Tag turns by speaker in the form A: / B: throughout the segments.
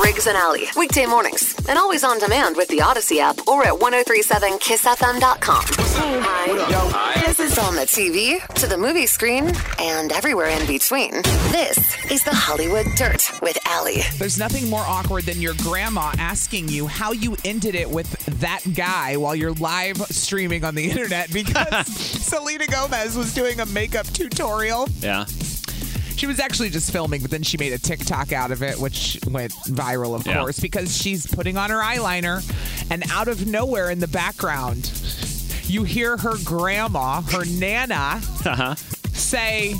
A: Riggs and Alley, weekday mornings, and always on demand with the Odyssey app or at 1037kissfm.com. Hi. This is on the TV, to the movie screen, and everywhere in between. This is the Hollywood Dirt with Alley.
B: There's nothing more awkward than your grandma asking you how you ended it with that guy while you're live streaming on the internet because Selena Gomez was doing a makeup tutorial.
C: Yeah.
B: She was actually just filming, but then she made a TikTok out of it, which went viral, of
C: Yeah.
B: course, because she's putting on her eyeliner, and out of nowhere in the background, you hear her grandma, her nana,
C: Uh-huh.
B: say,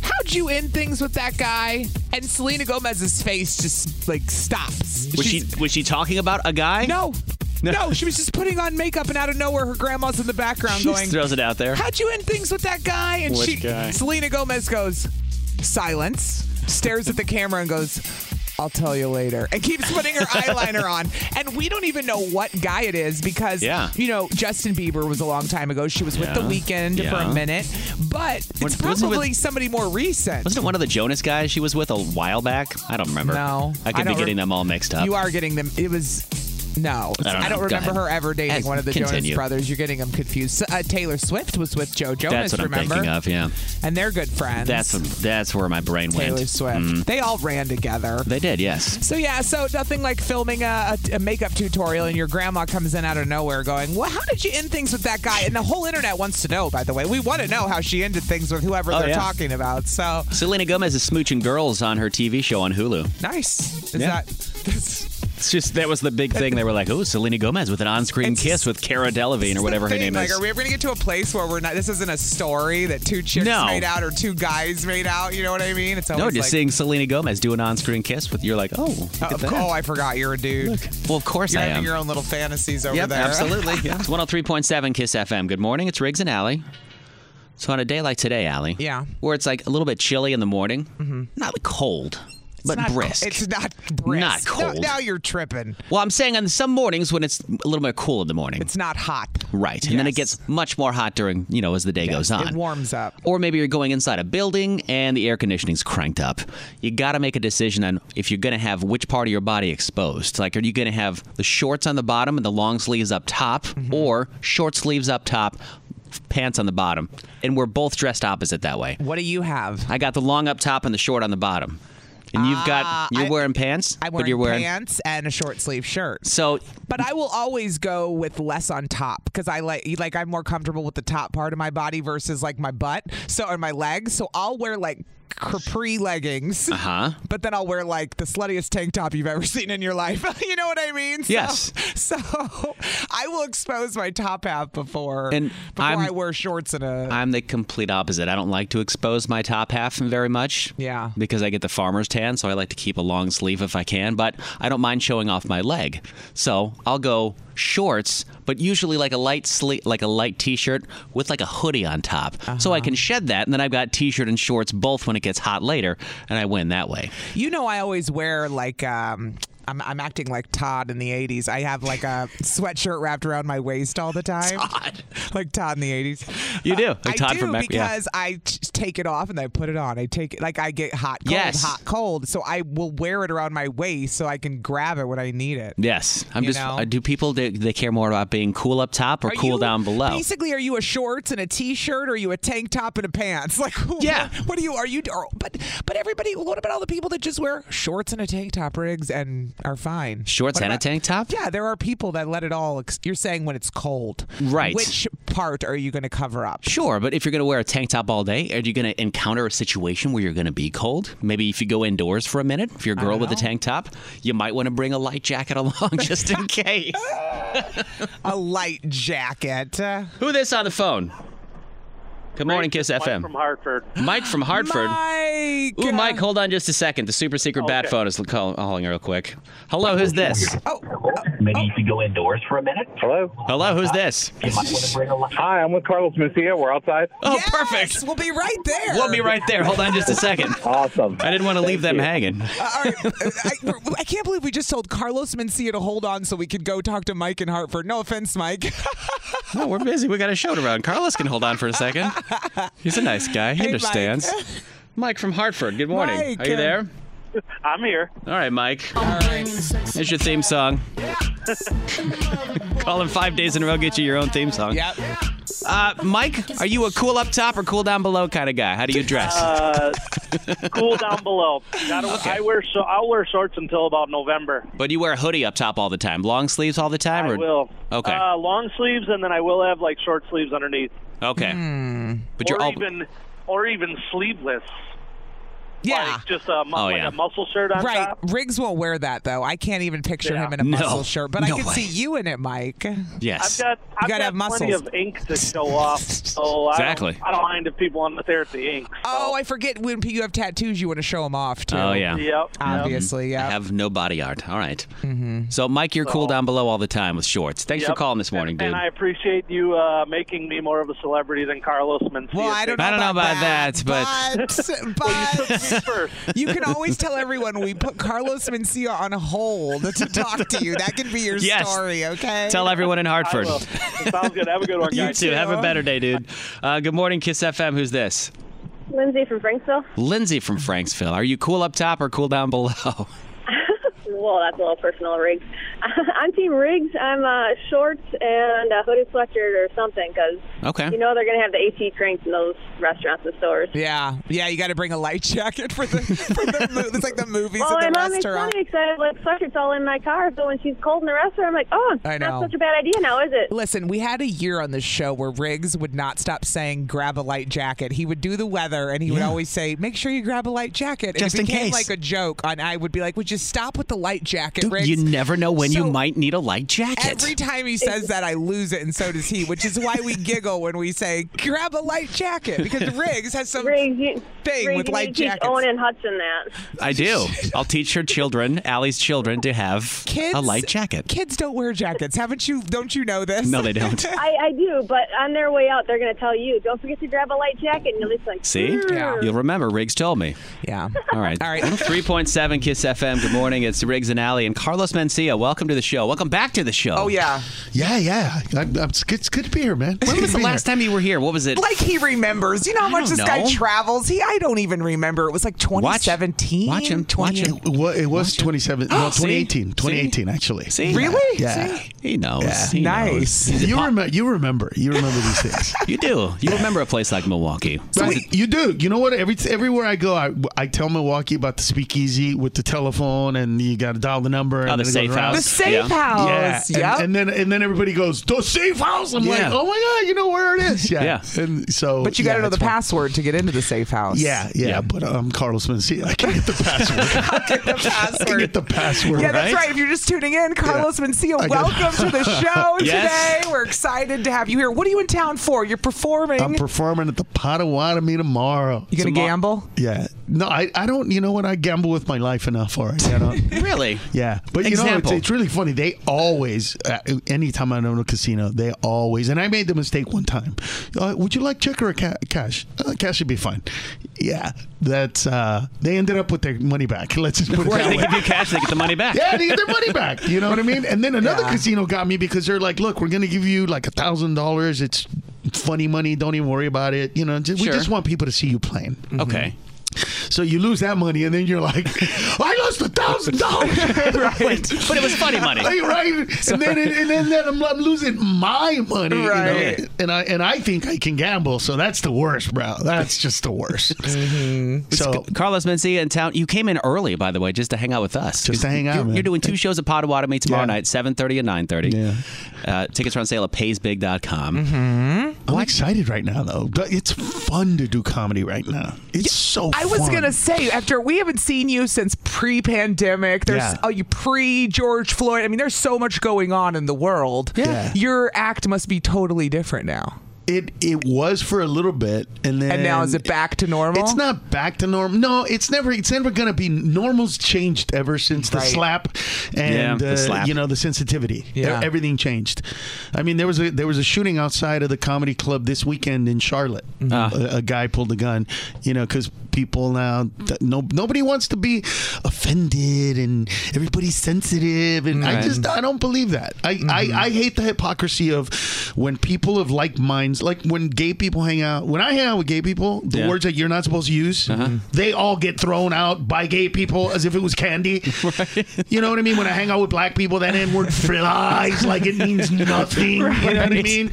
B: How'd you end things with that guy? And Selena Gomez's face just like stops.
C: Was
B: She's-
C: she was she talking about a guy?
B: No. No. she was just putting on makeup, and out of nowhere, her grandma's in the background
C: She
B: going,
C: just throws it out there.
B: How'd you end things with that guy? And
C: Which
B: she,
C: guy?
B: Selena Gomez goes, silence, stares at the camera and goes, I'll tell you later, and keeps putting her eyeliner on. And we don't even know what guy it is because,
C: Yeah.
B: you know, Justin Bieber was a long time ago. She was with The
C: Yeah.
B: Weeknd for
C: Yeah.
B: a minute, but it's
C: Wasn't- wasn't
B: probably
C: with-
B: somebody more recent.
C: Wasn't it one of the Jonas guys she was with a while back? I don't remember.
B: No.
C: I
B: I
C: could
B: don't
C: be
B: rem-
C: getting them all mixed up.
B: You are getting them. It was. No,
C: I don't know. Go
B: remember
C: ahead.
B: her ever dating
C: As-
B: one of the Jonas
C: continue.
B: Brothers. You're getting them confused. Uh, Taylor Swift was with Joe Jonas,
C: That's what I'm
B: remember?
C: thinking of. Yeah.
B: And they're good friends.
C: That's that's where my brain
B: Taylor
C: went. Mm.
B: Swift. Mm. They all ran together.
C: They did, yes.
B: So yeah, so nothing like filming a, a, a makeup tutorial and your grandma comes in out of nowhere going, "Well, how did you end things with that guy?" And the whole internet wants to know. By the way, we want to know how she ended things with whoever
C: Oh,
B: they're
C: yeah.
B: talking about. So
C: Selena Gomez is smooching girls on her TV show on Hulu.
B: nice. Is
C: Yeah.
B: that? That's,
C: It's just that was the big thing. They were like, "Oh, Selena Gomez with an on-screen
B: It's-
C: kiss with Cara Delevingne or whatever her
B: thing,
C: name
B: like,
C: is."
B: are we ever gonna get to a place where we're not? This isn't a story that two chicks
C: No.
B: made out or two guys made out. You know what I mean? It's
C: no,
B: always
C: just
B: like,
C: seeing Selena Gomez do an on-screen kiss with you're like, "Oh, look
B: oh,
C: at that."
B: oh, I forgot you're a dude.
C: well, of course
B: you're
C: I
B: having
C: am.
B: your own little fantasies over
C: yep,
B: there.
C: absolutely. Yeah. It's 103.7 Kiss FM. Good morning. It's Riggs and Alley. So on a day like today, Allie,
B: Yeah.
C: where it's like a little bit chilly in the morning, not cold, but
B: not-
C: brisk.
B: It's not brisk.
C: Not
B: No-
C: cold.
B: now you're tripping.
C: well, I'm saying on some mornings when it's a little bit cool in the morning,
B: It's not hot.
C: right, and then it
B: Yes.
C: gets much more hot during you know as the day goes on.
B: It warms up.
C: Or maybe you're going inside a building and the air conditioning's cranked up. You got to make a decision on if you're going to have which part of your body exposed. Like, are you going to have the shorts on the bottom and the long sleeves up top,
B: Mm-hmm.
C: or short sleeves up top, pants on the bottom? And we're both dressed opposite that way.
B: What do you have?
C: I got the long up top and the short on the bottom. And you've
B: Ah,
C: got, you're
B: I-
C: wearing pants,
B: I'm
C: but you're wearing.
B: pants and a short sleeve shirt.
C: So,
B: But I will always go with less on top because I like like I'm more comfortable with the top part of my body versus like my butt, so or my legs. So I'll wear like capri leggings,
C: uh huh.
B: but then I'll wear like the sluttiest tank top you've ever seen in your life. you know what I mean? So-
C: Yes.
B: So, I will expose my top half before
C: And
B: before
C: I'm-
B: I wear shorts and a
C: I'm the complete opposite. I don't like to expose my top half very much.
B: Yeah.
C: Because I get the farmer's tan, so I like to keep a long sleeve if I can, but I don't mind showing off my leg. So I'll go shorts, but usually like a light sleeve like a light t-shirt with like a hoodie on top. So
B: Uh-huh.
C: I can shed that and then I've got t-shirt and shorts both when it gets hot later, and I win that way.
B: You know, I always wear like um, I'm, I'm acting like Todd in the 80s. I have like a sweatshirt wrapped around my waist all the time.
C: Todd.
B: Like Todd in the 80s.
C: You do.
B: Uh,
C: Like
B: I
C: Todd
B: do
C: from Mac- yeah.
B: because I t- take it off and I put it on. I take it, like I get hot, cold,
C: Yes.
B: hot, cold. So I will wear it around my waist so I can grab it when I need it.
C: Yes, I'm
B: You
C: just.
B: know?
C: uh, Do people do they care more about being cool up top or
B: Are
C: cool
B: you-
C: down below?
B: Basically, are you a shorts and a t-shirt, or are you a tank top and a pants? Like, who-
C: Yeah.
B: what, do you? Are you? Are, but but everybody. What about all the people that just wear shorts and a tank top rigs and are fine?
C: Shorts
B: What
C: and a
B: about-
C: tank top.
B: Yeah, there are people that let it all. Ex- you're saying when it's cold,
C: Right.
B: Which part are you going to cover up?
C: Sure, but if you're going to wear a tank top all day, are you going to encounter a situation where you're going to be cold? Maybe if you go indoors for a minute, if you're a girl with a tank top, you might want to bring a light jacket along just in case.
B: A light jacket. Uh,
C: Who this on the phone? Good morning, Kiss FM.
D: from Hartford.
C: Mike from Hartford.
B: Mike.
C: Ooh,
B: uh,
C: Mike, hold on just a second. The super secret bat phone is call- calling real quick. Hello, who's this?
E: Maybe you could go indoors for a minute.
D: Hello.
C: Hello, who's this?
D: Hi, I'm with Carlos Mencia. We're outside.
C: Oh,
B: yes,
C: perfect.
B: We'll be right there.
C: We'll be right there. Hold on just a second.
D: Awesome.
C: I didn't want to leave them hanging.
B: Uh, all right. Uh, I, we're- I can't believe we just told Carlos Mencia to hold on so we could go talk to Mike in Hartford. No offense, Mike.
C: No, Oh, we're busy. We got a show to run. Carlos can hold on for a second. He's a nice guy. He
B: Hey, Mike.
C: understands. Mike. from Hartford. Good morning.
B: Mike.
C: Are you there?
D: I'm here.
C: All right, Mike. Here's your theme song. Call him five days in a row. Get you your own theme song.
B: yep.
C: Uh, Mike, are you a cool up top or cool down below kind of guy? How do you dress?
D: Uh, cool down below. Gotta, I wear so I'll wear shorts until about November.
C: but you wear a hoodie up top all the time, long sleeves all the time,
D: I
C: or
D: will.
C: Okay.
D: Uh, long sleeves, and then I will have like short sleeves underneath,
C: okay. But
D: Hmm. or
C: you're all
D: even or even sleeveless.
B: Yeah.
D: Like just a, mu-
C: Oh,
D: like
C: yeah.
D: a muscle shirt on
B: Right.
D: top.
B: Riggs won't wear that though. I can't even picture
D: Yeah.
B: him in a
C: No.
B: muscle shirt, but
C: No
B: I can
C: way.
B: see you in it, Mike.
D: I've
C: yes.
D: got I've
B: gotta
D: got
B: have
D: plenty
B: muscles.
D: of ink to show off. So I
C: Exactly.
D: don't, I don't mind if people want to stare at the ink. So.
B: Oh, I forget when you have tattoos, you want to show them off too.
C: oh yeah.
D: Yep.
B: Obviously,
C: I
B: yeah.
C: have no body art. All right.
B: Mm-hmm.
C: So, Mike, you're cool down below all the time with shorts. Thanks for
D: Yep.
C: calling this morning,
D: and,
C: dude.
D: And I appreciate you uh, making me more of a celebrity than Carlos Mencia.
B: well, I don't know.
C: I don't know about
B: that, but but
D: First,
B: you can always tell everyone we put Carlos Mencia on hold to talk to you. That can be your
C: Yes.
B: story, okay?
C: Tell everyone in
D: I
C: Hartford.
D: will. Sounds good. Have a good one,
C: You
D: guys.
C: too. Have a better day, dude. Uh, good morning, Kiss FM. Who's this?
F: Lindsay from Franksville.
C: Lindsay from Franksville. Are you cool up top or cool down below?
F: Well, that's a little personal, Riggs. I'm Team Riggs. I'm uh, shorts and a hooded sweatshirt or something because
C: Okay.
F: you know they're going to have the AT cranked in those restaurants and stores.
B: Yeah, yeah. You got to bring a light jacket for the. For the mo- it's like the movies
F: Oh, my
B: at the
F: mom makes fun
B: restaurant.
F: of me because I have like sweatshirts all in my car. So when she's cold in the restaurant, I'm like, oh,
B: I
F: it's
B: know.
F: not such a bad idea now, is it?
B: Listen, we had a year on this show where Riggs would not stop saying "grab a light jacket." He would do the weather, and he would always say, "Make sure you grab a light jacket." And
C: Just
B: it
C: in
B: became
C: case.
B: like a joke, and I would be like, "Would you stop with the light jacket,
C: Dude,
B: Riggs?"
C: you never know when you
B: So-
C: might need a light jacket.
B: Every time he says that, I lose it, and so does he, which is why we giggle when we say "grab a light jacket" because Riggs has some.
F: Riggs, you,
B: Thing
F: Riggs,
B: with
F: you
B: light
F: need to teach
B: jackets.
F: Owen and Hudson that.
C: I do. I'll teach her children, Allie's children, to have
B: Kids,
C: a light jacket.
B: Kids don't wear jackets, haven't you? Don't you know this?
C: No, they don't.
F: I, I do, but on their way out, they're going to tell you, don't forget to grab a light jacket. And you're just like,
C: See?
B: Yeah.
C: You'll remember. Riggs told me.
B: yeah.
C: All right.
B: All right.
C: 3.7 Kiss FM. Good morning. It's Riggs and Alley and Carlos Mencia. Welcome to the show. Welcome back to the show.
B: Oh yeah.
G: Yeah, yeah. I, I'm, it's, good, it's good to be here, man.
C: When was the last time you were here? What was it?
B: like he remembers. You know how
C: I
B: much
C: don't
B: this guy
C: know.
B: travels. He I don't even remember. It was like
C: Watch-
B: 2017.
C: watch him- watch him.
G: It, wa- it was 27, well, 2018, 2018 actually.
C: See?
B: Really?
G: Yeah.
C: He knows. He
B: Nice.
C: knows. He's a
G: You,
C: pop-
G: remember, you remember, you remember these things.
C: You do. You remember a place like Milwaukee.
G: Right. You do. You know what? Every everywhere I go, I, I tell Milwaukee about the speakeasy with the telephone, and you got to dial the number. and
C: Oh, the
G: then it goes
C: safe
G: around.
B: The
C: house.
B: safe
C: Yeah.
G: Yeah,
B: house.
G: and,
B: Yep.
G: and then and then everybody goes the safe house. I'm like,
C: Yeah.
G: oh my god, you know where it is. Yeah,
C: Yeah.
G: and so
B: but you got to
G: yeah,
B: know the
G: it's fun.
B: password to get into the safe house.
G: Yeah, yeah,
C: Yeah.
G: but um, Carlos Mencia, I can get the password.
B: the
G: I can
B: password.
G: get the password.
B: yeah, that's
C: right?
B: right. If you're just tuning in, Carlos Mencia,
G: I got-
B: welcome to the show
C: Yes.
B: today. We're excited to have you here. What are you in town for? You're performing.
G: I'm performing at the Potawatomi tomorrow.
B: you gonna
C: Tomorrow-
B: gamble?
G: Yeah, No, I, I don't. You know what? I gamble with my life enough, or I cannot.
C: Really?
G: Yeah, but you know, it's,
C: Example.
G: it's really funny. They always, uh, anytime I own a casino, they always, and I made the mistake one time. Uh, would you like check or ca- cash? Uh, cash should be fine. Yeah, that's. Uh, they ended up with their money back. Let's just put it
C: Right,
G: that
C: they
G: way.
C: give you cash, they get the money back.
G: Yeah, they get their money back. You know what I mean? And then another casino got me because they're like, "Look, we're gonna give you like a thousand dollars. It's funny money. Don't even worry about it. You know, ju- we
C: Sure.
G: just want people to see you playing."
C: Okay.
G: So you lose that money, and then you're like, "I lost a thousand dollars."
C: Right.
G: Mm-hmm.
C: But it was funny money.
G: Like, right? And then, and then that I'm, I'm losing my money, you know?
B: Right.
G: And I and I think I can gamble, so that's the worst, bro. That's just the worst. So
C: Carlos Mencia in town. You came in early, by the way, just to hang out with us.
G: Just to hang out,
C: You're,
G: man.
C: you're doing two shows at Potawatomi tomorrow
G: Yeah.
C: night, 7.30 and 9.30. Yeah. Uh, tickets are on sale at paysbig.com.
G: Mm-hmm. I'm excited right now, though. But It's fun to do comedy right now. It's so.
B: I was
G: fun.
B: gonna say after we haven't seen you since pre-pandemic. There's
G: Yeah.
B: oh, you pre George Floyd. I mean, there's so much going on in the world.
G: Yeah.
B: your act must be totally different now.
G: It it was for a little bit, and then
B: And, now is it back to normal?
G: It's not back to normal. No, it's never. It's never going to be. Normal's changed ever since the
B: Right.
G: slap, and
C: Yeah, the
G: uh,
C: slap.
G: you know the sensitivity.
B: Yeah.
G: E- everything changed. I mean, there was a there was a shooting outside of the comedy club this weekend in Charlotte.
C: Mm-hmm. Ah.
G: A, a guy pulled a gun. You know, because people now th- no nobody wants to be offended, and everybody's sensitive, and I
C: Right.
G: just I don't believe that. I,
E: Mm-hmm.
G: I, I hate the hypocrisy of when people of like minds, like when gay people hang out. When I hang out with gay people, the
C: Yeah.
G: words that you're not supposed to use,
E: Uh-huh.
G: they all get thrown out by gay people as if it was candy. You know what I mean? When I hang out with black people, that N word flies like it means nothing. You know what I
C: Right.
G: mean?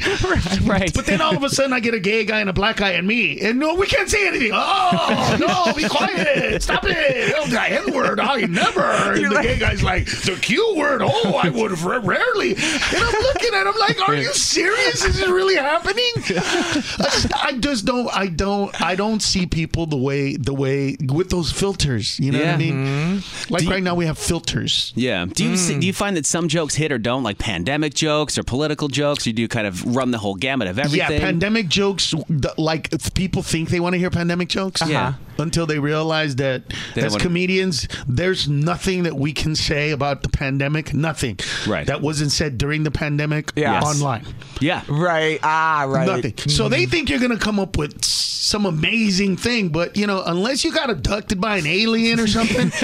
C: Right.
G: But then all of a sudden, I get a gay guy and a black guy and me, and no, we can't say anything. Oh no, be quiet! Stop it! Oh, the N word, I never. And the gay guy's like the Q word. Oh, I would ra- rarely. And I'm looking at him like, are you serious? Is it really happening? I just, I just don't. I don't. I don't see people the way the way with those filters. You know what
C: Yeah.
G: I mean? Like right now, we have filters.
C: Yeah. Do you see, do
G: Mm.
C: you find that some jokes hit or don't, like pandemic jokes or political jokes? You do kind of run the whole gamut of everything.
G: Yeah, pandemic jokes. th- Like if people think they want to hear pandemic jokes.
C: Yeah.
G: Until they realize that
C: They don't
G: as
C: wanna-
G: comedians, there's nothing that we can say about the pandemic. Nothing.
C: Right.
G: That wasn't said during the pandemic.
B: Yes.
G: Online.
C: Yeah.
B: right. Ah, right.
G: Nothing. So they think you're gonna come up with s- some amazing thing, but you know, unless you got abducted by an alien or something,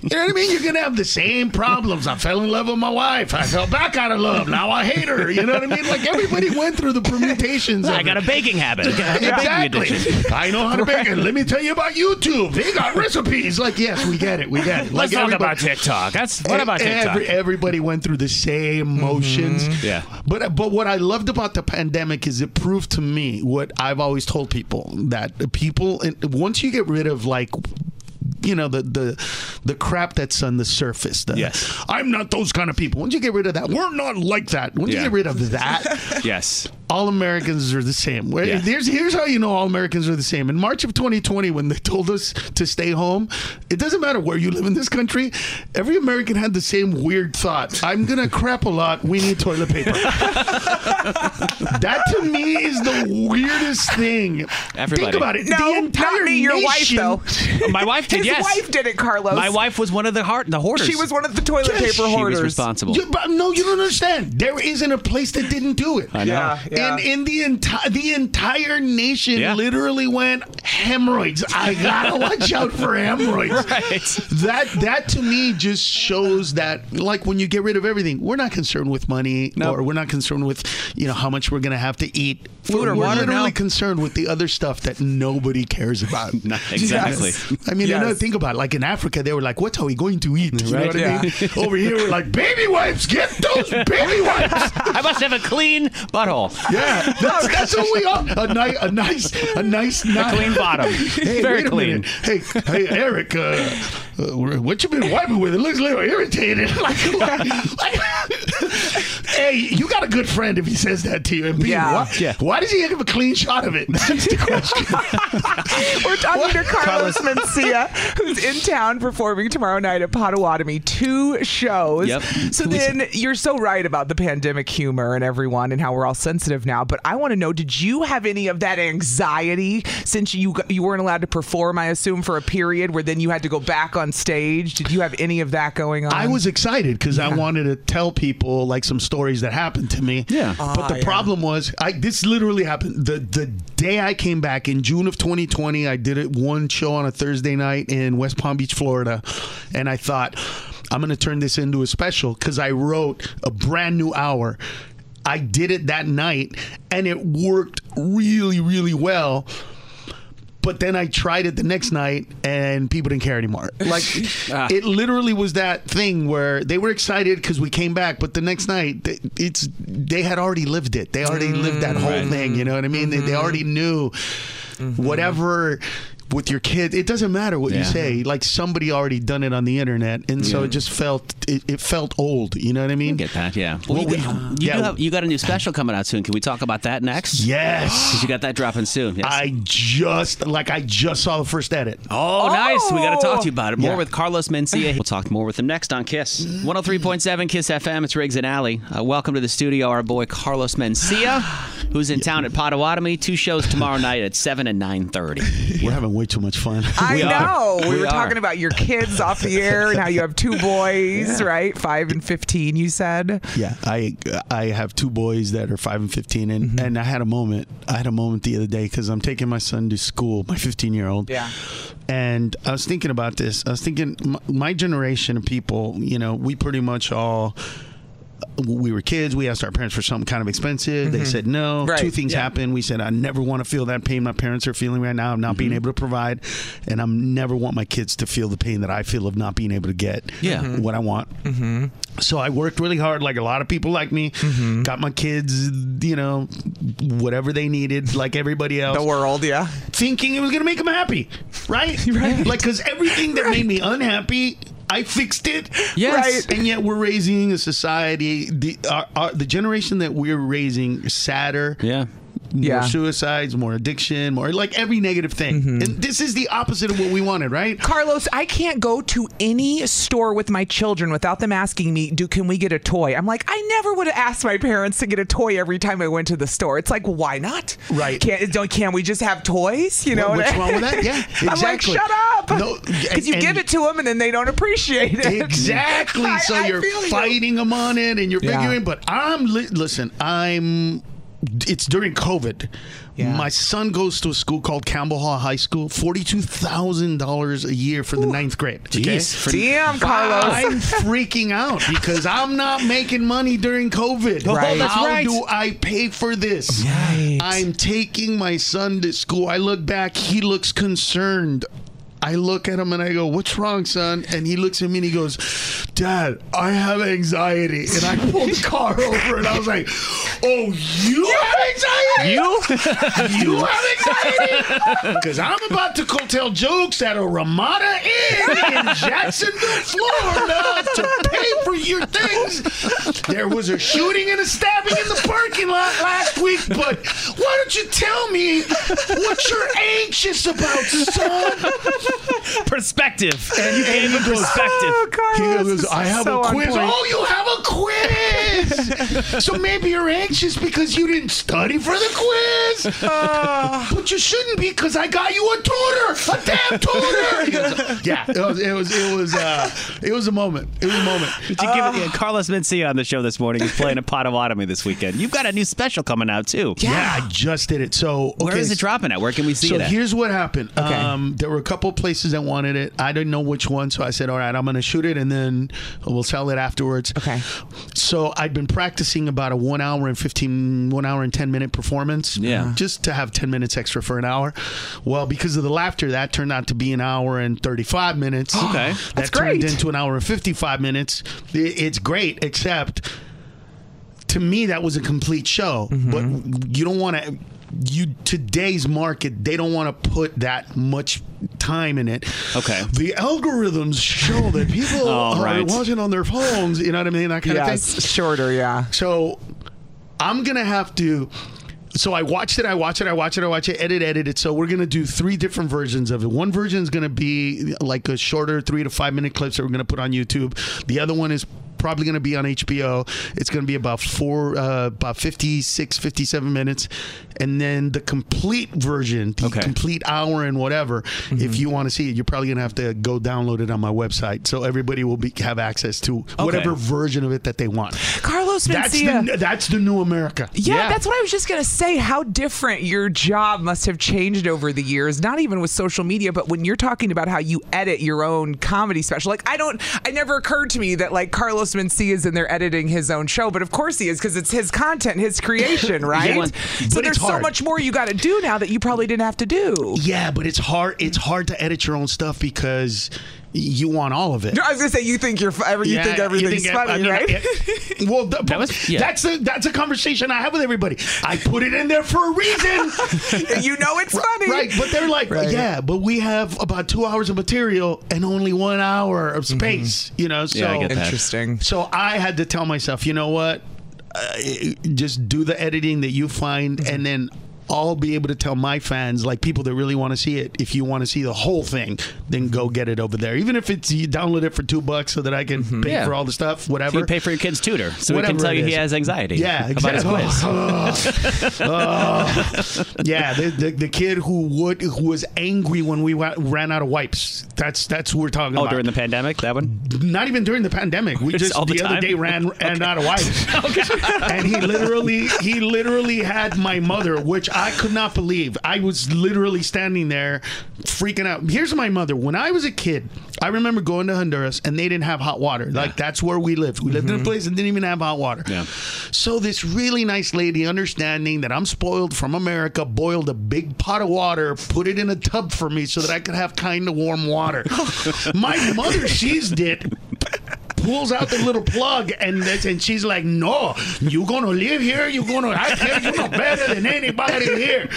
G: you know what I mean. You're gonna have the same problems. I fell in love with my wife. I fell back out of love. Now I hate her. You know what I mean? Like everybody went through the permutations. of
C: I
G: it.
C: got a baking habit.
G: Exactly. I know how to bake it. Let me tell you about YouTube. They got recipes. Like, yes, we get it. We get it. Like
C: Let's talk about
G: everybody-
C: TikTok. That's what about
G: E-
C: TikTok?
G: every- everybody went through the same motions.
C: Yeah.
G: But but what I loved about the pandemic is it proved to me what I've always told people that the people and once you get rid of like you know the the the crap that's on the surface. The,
C: Yes.
G: I'm not those kind of people. Once you get rid of that, we're not like that. Once
C: Yeah.
G: you get rid of that,
C: yes.
G: all Americans are the same. Where-
C: Yeah.
G: Here's, here's how you know all Americans are the same. In March of 2020, when they told us to stay home, it doesn't matter where you live in this country, every American had the same weird thought I'm going to crap a lot. We need toilet paper. that to me is the weirdest thing.
C: Everybody.
G: Think about it.
B: No,
G: the
B: not
G: entire
B: me, your wife,
G: nation-
B: though.
C: My wife did.
B: His
C: yes.
B: wife did it, Carlos.
C: My wife was one of the heart the hoarders.
B: She was one of the toilet
G: Yes,
B: paper
C: She
B: hoarders.
C: was responsible.
G: You, but no, you don't understand. There isn't a place that didn't do it.
C: I know.
B: Yeah, yeah.
G: And in the entire the entire nation
C: Yeah.
G: literally went hemorrhoids. I gotta watch out for hemorrhoids.
C: Right.
G: That that to me just shows that like when you get rid of everything, we're not concerned with money
C: No.
G: or we're not concerned with you know how much we're gonna have to eat.
C: Food or
G: we're
C: water
G: literally
C: now.
G: concerned with the other stuff that nobody cares about.
C: No, exactly.
G: I mean, you know,
B: Yes.
G: think about it. like in Africa, they were like, "What are we going to eat?" You know
B: Right.
G: what
B: Yeah.
G: I mean? Over here, we're like, "Baby wipes, get those baby wipes."
C: I must have a clean butthole.
G: Yeah, that's, that's what we are. A, ni- a nice, a nice, a
C: clean bottom.
G: Hey,
C: Very
G: wait a
C: clean.
G: minute. Hey, hey, Eric, uh, uh, what you been wiping with? It looks a little irritated. like, like- hey, you got a good friend if he says that to you. And B,
B: Yeah.
G: why,
B: Yeah.
G: why does he have a clean shot of it? That's the question.
B: We're talking to Carlos Mencia, who's in town performing tomorrow night at Potawatomi. Two shows.
H: Yep.
B: So then you're so right about the pandemic humor and everyone and how we're all sensitive now. But I want to know, did you have any of that anxiety since you got- you weren't allowed to perform? I assume for a period where then you had to go back on stage. Did you have any of that going on?
G: I was excited because I wanted to tell people like some stories that happened to me. Yeah.
B: Ah,
G: but the
B: yeah.
G: problem was, I this literally happened the the day I came back in June of 2020. I did it one show on a Thursday night in West Palm Beach, Florida, and I thought I'm going to turn this into a special because I wrote a brand new hour. I did it that night, and it worked really, really well. But then I tried it the next night and people didn't care anymore. Like it literally was that thing where they were excited because we came back, but the next night th- it's they had already lived it. They already lived that whole thing. You know what I mean? They, they already knew whatever with your kid. It doesn't matter what you
I: Yeah.
G: say. Like somebody already done it on the internet, and so
C: Yeah.
G: it just felt it, it felt old. You know what I mean?
C: get that, yeah. Well, you,
G: What we-
C: got, you,
G: yeah.
C: do have, you got a new special coming out soon. Can we talk about that next?
G: Yes.
C: Because you got that dropping soon. Yes.
G: I just like I just saw the first edit.
C: Oh, nice. We got to talk to you about it. More
G: Yeah.
C: with Carlos Mencia. We'll talk more with him next on Kiss. 103.7 Kiss FM. It's Riggs and Alley. Uh, welcome to the studio, our boy Carlos Mencia, who's in town at Potawatomi. Two shows tomorrow night at 7 and 9.30.
G: We're having way too much fun.
B: I
C: We
B: know.
C: are.
B: We,
C: We
B: were
C: are.
B: talking about your kids off the air and how you have two boys,
G: Yeah.
B: right? Five and 15, you said.
G: Yeah, I I have two boys that are five and fifteen, and
B: Mm-hmm.
G: and I had a moment. I had a moment the other day because I'm taking my son to school, my 15 year old.
B: Yeah.
G: And I was thinking about this. I was thinking my, my generation of people. You know, we pretty much all. We were kids. We asked our parents for something kind of expensive. They
I: Mhm.
G: said
B: Oh.
G: no.
I: Right,
G: Two things
I: yeah.
G: happened. We said, I never want to feel that pain my parents are feeling right now of not being able to provide, and I'm never want my kids to feel the pain that I feel of not being able to get
I: Yeah. Mhm.
G: what I want.
I: Mm-hmm.
G: So I worked really hard, like a lot of people like me. Got my kids, you know, whatever they needed, like everybody else. The
B: world, yeah.
G: Thinking it was gonna make them happy, right? right. Like, cause everything that made me unhappy. I fixed it.
I: Yes.
G: Right? And yet we're raising a society, the our, our, the generation that we're raising, sadder.
C: Yeah.
G: More
B: Yeah.
G: suicides, more addiction, more like every negative thing.
J: Mm-hmm.
G: And this is the opposite of what we wanted, right?
B: Carlos, I can't go to any store with my children without them asking me, "Do can we get a toy?" I'm like, I never would have asked my parents to get a toy every time I went to the store. It's like, why not? Right? Can't don't, can we just have toys? You know
G: What-
B: what
G: what's
B: I-
G: wrong with that? Yeah,
B: I'm like,
G: exactly.
B: shut up.
G: No,
B: because you
G: and-
B: give it to them and then they don't appreciate it.
G: Exactly.
B: I-
G: so
B: I
G: you're
B: feel you.
G: fighting them on it, and you're
B: Yeah.
G: figuring. But I'm li- listen. I'm. It's during COVID. My son goes to a school called Campbell Hall High School. Forty-two thousand dollars a year for the ninth grade. okay?
B: Jeez, for- Damn, Carlos.
G: I'm freaking out because I'm not making money during COVID.
I: Oh, Right. that's
G: How
I: right.
G: do I pay for this? I'm taking my son to school. I look back, he looks concerned. I look at him and I go, What's wrong, son? And he looks at me and he goes, Dad, I have anxiety. And I pulled the car over and I was like, Oh, you have anxiety? You? You have anxiety? Because I'm about to go tell jokes at a Ramada Inn in Jacksonville, Florida to pay for your things. There was a shooting and a stabbing in the parking lot last week, but why don't you tell me what you're anxious about, son?
I: Perspective.
G: And you gave him
B: Oh,
I: perspective.
G: he goes, I have
I: so
G: a
I: on
G: quiz.
I: point.
G: Oh, you have a quiz. so maybe you're anxious because you didn't study for the quiz.
I: Ah.
G: but you shouldn't be because I got you a tutor, a damn tutor. He goes, yeah, it was, it was, it was, uh, it was a moment. It was a moment.
C: Did you give it, yeah, Carlos Mencia on the show this morning is playing a Potawatomi this weekend. You've got a new special coming out, too.
G: Yeah, I just did it. So
C: Where
G: okay,
C: is it dropping at? Where can we see
G: so
C: it at?
G: here's what happened.
C: Okay.
G: Um, there were a couple places that wanted it. I didn't know which one, so I said, "All right, I'm going to shoot it, and then we'll sell it afterwards." Okay. So I'd been practicing about a one hour and 15, one hour and ten minute performance.
I: Yeah.
G: Just to have ten minutes extra for an hour. Well, because of the laughter, that turned out to be an hour and thirty five minutes.
I: Okay.
G: that
I: That's
G: turned
I: great.
G: into an hour and fifty five minutes. I- It's great, except to me that was a complete show but you don't want to you today's market, they don't want to put that much time in it.
C: Okay.
G: The algorithms show that people
B: Oh,
G: are
B: right.
G: watching on their phones. You know what I mean? That kind
B: Yes,
G: of thing.
B: Shorter, yeah.
G: So I'm gonna have to. So I watched it, I watch it, I watch it, I watch it, edit, edit it. So we're gonna do three different versions of it. One version is gonna be like a shorter three to five minute clips that we're gonna put on YouTube. The other one is probably gonna be on HBO. It's gonna be about four, uh, about 56, 57 minutes, and then the complete version, the complete hour and whatever. If you want to see it, you're probably gonna have to go download it on my website, so everybody will be have access to whatever version of it that they want.
B: Carlos
G: That's
B: Mencia.
G: the, that's the new America.
B: Yeah, that's what I was just gonna say. How different your job must have changed over the years. Not even with social media, but when you're talking about how you edit your own comedy special, like I don't, it never occurred to me that like Carlos Mencia is in there editing his own show, but of course he is because it's his content, his creation, right?
G: Yeah. But
B: so
G: it's
B: there's so
G: hard.
B: much more you got to do now that you probably didn't have to do.
G: Yeah, but it's hard. It's hard to edit your own stuff because you want all of it.
B: No, I was gonna say you think you're, f- every, you
G: Yeah,
B: think everything's
G: think- I
B: funny,
G: mean,
B: right?
G: it- well, th-
B: yeah.
G: that's a that's a conversation I have with everybody. I put it in there for a reason.
B: you know it's funny,
G: right? But they're like,
B: Right.
G: yeah, but we have about two hours of material and only one hour of space. You know, so
B: Mm-hmm. Yeah, I get that. Interesting.
G: So I had to tell myself, you know what? Uh, just do the editing that you find,
C: Mm-hmm.
G: and then. I'll be able to tell my fans, like people that really want to see it, if you want to see the whole thing, then go get it over there. Even if it's you download it for two bucks so that I can pay
C: Mm-hmm. Yeah.
G: for all the stuff, whatever.
C: So you pay for your kid's tutor, so he
G: Whatever
C: can tell
G: it
C: you he
G: is.
C: has anxiety
G: Yeah,
C: about his
G: exactly.
C: quiz.
G: Oh. yeah, the, the the kid who would who was angry when we wa- ran out of wipes. That's that's who we're talking
C: Oh,
G: about.
C: during the pandemic, that one.
G: Not even during the pandemic. We
C: Just
G: just
C: all
G: the,
C: the
G: other
C: time?
G: day ran ran out of wipes. and he literally he literally had my mother, which I could not believe. I was literally standing there freaking out. Here's my mother. When I was a kid, I remember going to Honduras and they didn't have hot water. Like that's where we lived. We lived
C: Mm-hmm.
G: in a place that didn't even have hot water. So this really nice lady, understanding that I'm spoiled from America, boiled a big pot of water, put it in a tub for me so that I could have kind of warm water. my mother sees it pulls out the little plug and that's, and she's like, "No, you're gonna live here. You're gonna I tell you, you're better than anybody here."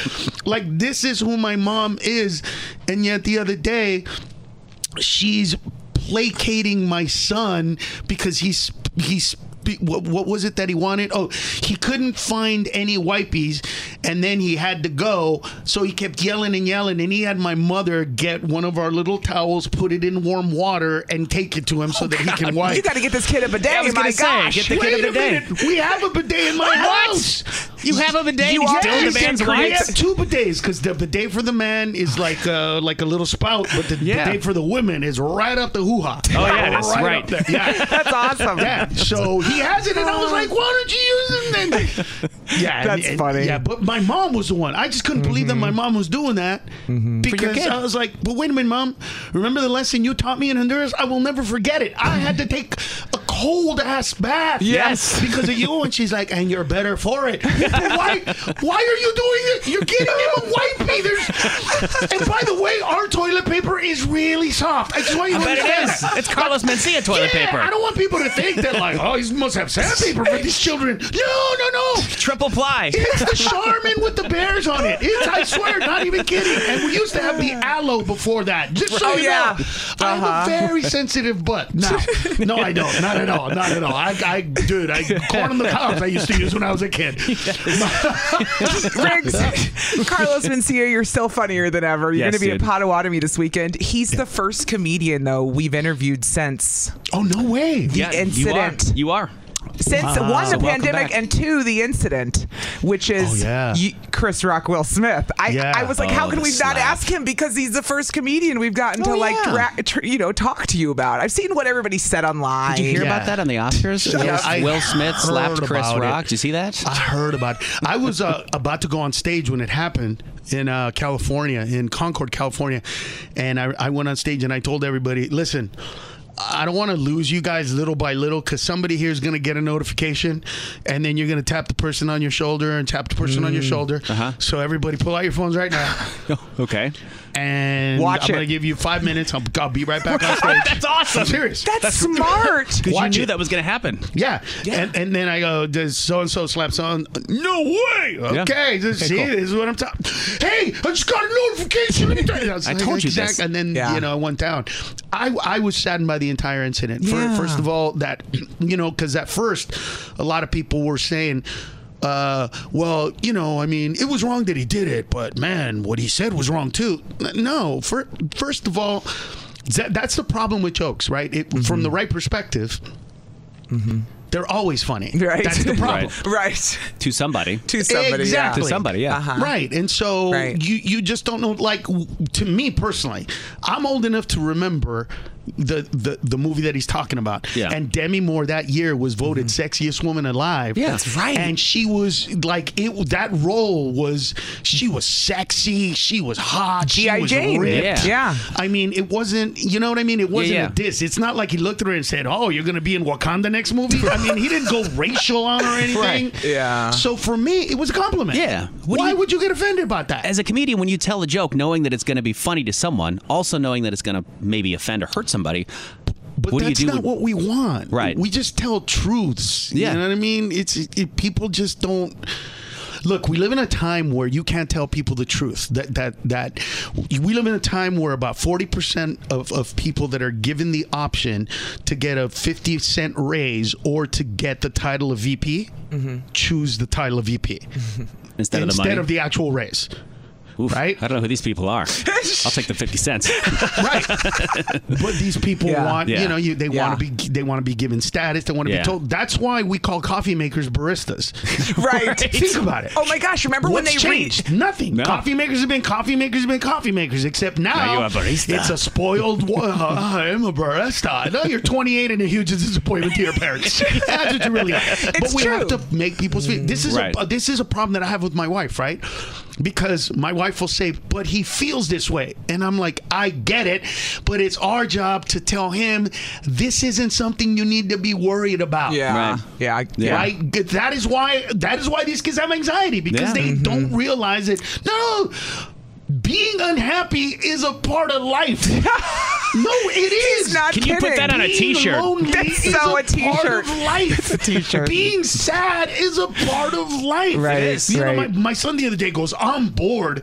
G: Like this is who my mom is, and yet the other day, she's placating my son because he's he's. What, what was it that he wanted? Oh, he couldn't find any wipies, and then he had to go. So he kept yelling and yelling, and he had my mother get one of our little towels, put it in warm water, and take it to him so that he can wipe.
B: You got to get this kid a bidet.
G: I was
B: my
G: gonna say,
B: gosh,
G: get the kid a Wait a bidet. minute, we have a bidet in my house.
C: You have a bidet
B: You
G: and
B: are
G: still
B: the
G: just
B: man's
G: didn't create-
B: wife?
G: We have two bidets because the bidet for the man is like uh, like a little spout, but the bidet for the women is right up the hoo ha.
I: Oh, yeah, it is, right.
G: Yeah,
B: That's awesome.
G: Yeah, so he has it, and I was like, why don't you use it? And then, yeah, and-
B: That's
G: and-
B: funny. Mm-hmm.
G: Yeah, but my mom was the one. I just couldn't believe that my mom was doing that because
B: kid.
G: I was like, but wait a minute, mom. Remember the lesson you taught me in Honduras? I will never forget it. I had to take a cold ass bath.
B: Yes.
G: because of you. And she's like, and you're better for it. But why? Why are you doing it? You're getting him a wipey. There's. And by the way, our toilet paper is really soft. I just want you
I: I
G: to
I: bet it
G: understand
I: is.
G: that.
I: It's Carlos Mencia toilet
G: Yeah,
I: paper.
G: I don't want people to think that like, oh, he must have sandpaper for these children. No, no, no.
I: Triple ply.
G: It's the Charmin with the bears on it. It's, I swear, not even kidding. And we used to have the aloe before that. Just so
B: Oh,
G: you
B: yeah.
G: know, I
I: Uh-huh.
G: have a very sensitive butt. No, no, I don't. Not at all. Not at all. I, I dude, I corn on the cob. I used to use when I was a kid.
B: Riggs, Carlos Mencia, you're still funnier than ever. You're
I: Yes,
B: going to be in
I: dude.
B: Potawatomi this weekend. He's the first comedian, though, we've interviewed since
G: Oh no way.
B: the incident.
C: You are.
B: Since one,
C: So
B: the
C: welcome
B: pandemic,
C: back.
B: and two, the incident, which is
G: Oh, yeah.
B: you- Chris Rock, Will Smith. I,
G: Yeah.
B: I was like, how
C: Oh,
B: can
C: the
B: we not
C: slap.
B: ask him because he's the first comedian we've gotten to
C: Oh,
B: like,
C: yeah.
B: tra- tr- you know, talk to you about. I've seen what everybody said online.
C: Did you hear
G: Yeah.
C: about that on the Oscars?
G: Shut up. I
C: Will, Will Smith slapped
G: heard
C: Chris
G: about it.
C: Rock. Did you see that?
G: I heard about it. I was uh, about to go on stage when it happened in uh, California, in Concord, California. And I, I went on stage and I told everybody, listen, I don't want to lose you guys little by little because somebody here is going to get a notification, and then you're going to tap the person on your shoulder and tap the person on your
C: Mm.
G: shoulder.
C: Uh-huh.
G: So everybody, pull out your phones right now,
C: Okay.
G: and
C: Watch
G: I'm
C: it.
G: going to give you five minutes. I'll, I'll be right back on stage.
C: That's awesome.
G: I'm serious.
C: That's smart. 'Cause you knew that
G: was going to happen. Yeah. And, and then I go, does so and so slap on? No way.
C: Yeah.
G: Okay. This,
C: Okay,
G: see,
C: cool.
G: this is what I'm talking. Hey, I just got a notification. Let me tell you. was
C: I told you this.
G: exact- And then you know, I went down. I I was saddened by the entire incident. For-
C: Yeah.
G: first of all, that you know, because at first, a lot of people were saying. Uh, well, you know, I mean, it was wrong that he did it, but man, what he said was wrong too. No, fir- first of all, that, that's the problem with jokes, right? It, From
C: Mm-hmm.
G: the right perspective, they're always funny.
B: Right.
G: That's the problem.
B: Right. right.
C: To somebody.
B: To somebody, yeah.
G: Exactly.
C: To somebody, yeah.
G: Right. And so you you just don't know. Like w- to me personally, I'm old enough to remember the the, the movie that he's talking about.
C: Yeah.
G: And Demi Moore that year was voted sexiest woman alive. Yeah,
C: That's right.
G: And she was like it. That role was she was sexy. She was hot. She
B: G.I.
G: was
B: Jane.
G: ripped.
B: Yeah. Yeah.
G: I mean, it wasn't. You know what I mean? It wasn't
B: yeah.
G: a diss. It's not like he looked at her and said, "Oh, you're going to be in Wakanda next movie." I mean, he didn't go racial on her or anything.
C: Yeah.
G: So for me, it was a compliment.
C: Yeah.
G: Why would you get offended about that?
C: As a comedian, when you tell a joke, knowing that it's going to be funny to someone, also knowing that it's going to maybe offend or hurt somebody,
G: But
C: what do you
G: that's
C: do?
G: not
C: with-
G: what we want.
C: Right.
G: We just tell truths.
C: Yeah.
G: You know what I mean? It's it, it- people just don't. Look, we live in a time where you can't tell people the truth. That that that we live in a time where about forty percent of, of people that are given the option to get a fifty cent raise or to get the title of VP choose the title of VP
C: Instead of the money?
G: of the actual raise.
C: Oof, right? I don't know who these people are. I'll take the 50 cents.
G: but these people
C: Yeah.
G: want
C: Yeah.
G: you know you, they
C: Yeah.
G: want to be they want to be given status they want to
C: Yeah.
G: be told that's why we call coffee makers baristas
B: Right.
G: think about it
B: Oh my gosh, remember when
G: What's
B: they
G: changed? nothing
B: No.
G: coffee makers have been coffee makers have been coffee makers except now,
B: Now you're a barista.
G: it's a spoiled wo- I am a barista no you're 28 and a huge disappointment to your parents that's what you really are but
B: It's
G: we have
B: true.
G: to make people's feel this is
C: Right.
G: a, this is a problem that I have with my wife right because my wife will say but he feels this way and I'm like I get it but it's our job to tell him this isn't something you need to be worried about
B: Yeah. Right. Yeah, I- yeah.
G: Right? that is why that is why these kids have anxiety because
B: Yeah.
G: they
B: Mhm.
G: don't realize it no being unhappy is a part of life no it is
B: He's not Can you put kidding. that on a
G: Being
B: t-shirt?
G: lonely
B: That's
G: is
B: so a
G: part
B: t-shirt.
G: of life
B: It's a t-shirt.
G: being sad is a part of life.
B: Right,
G: It is. You know, my,
B: right.
G: my son the other day goes, I'm bored.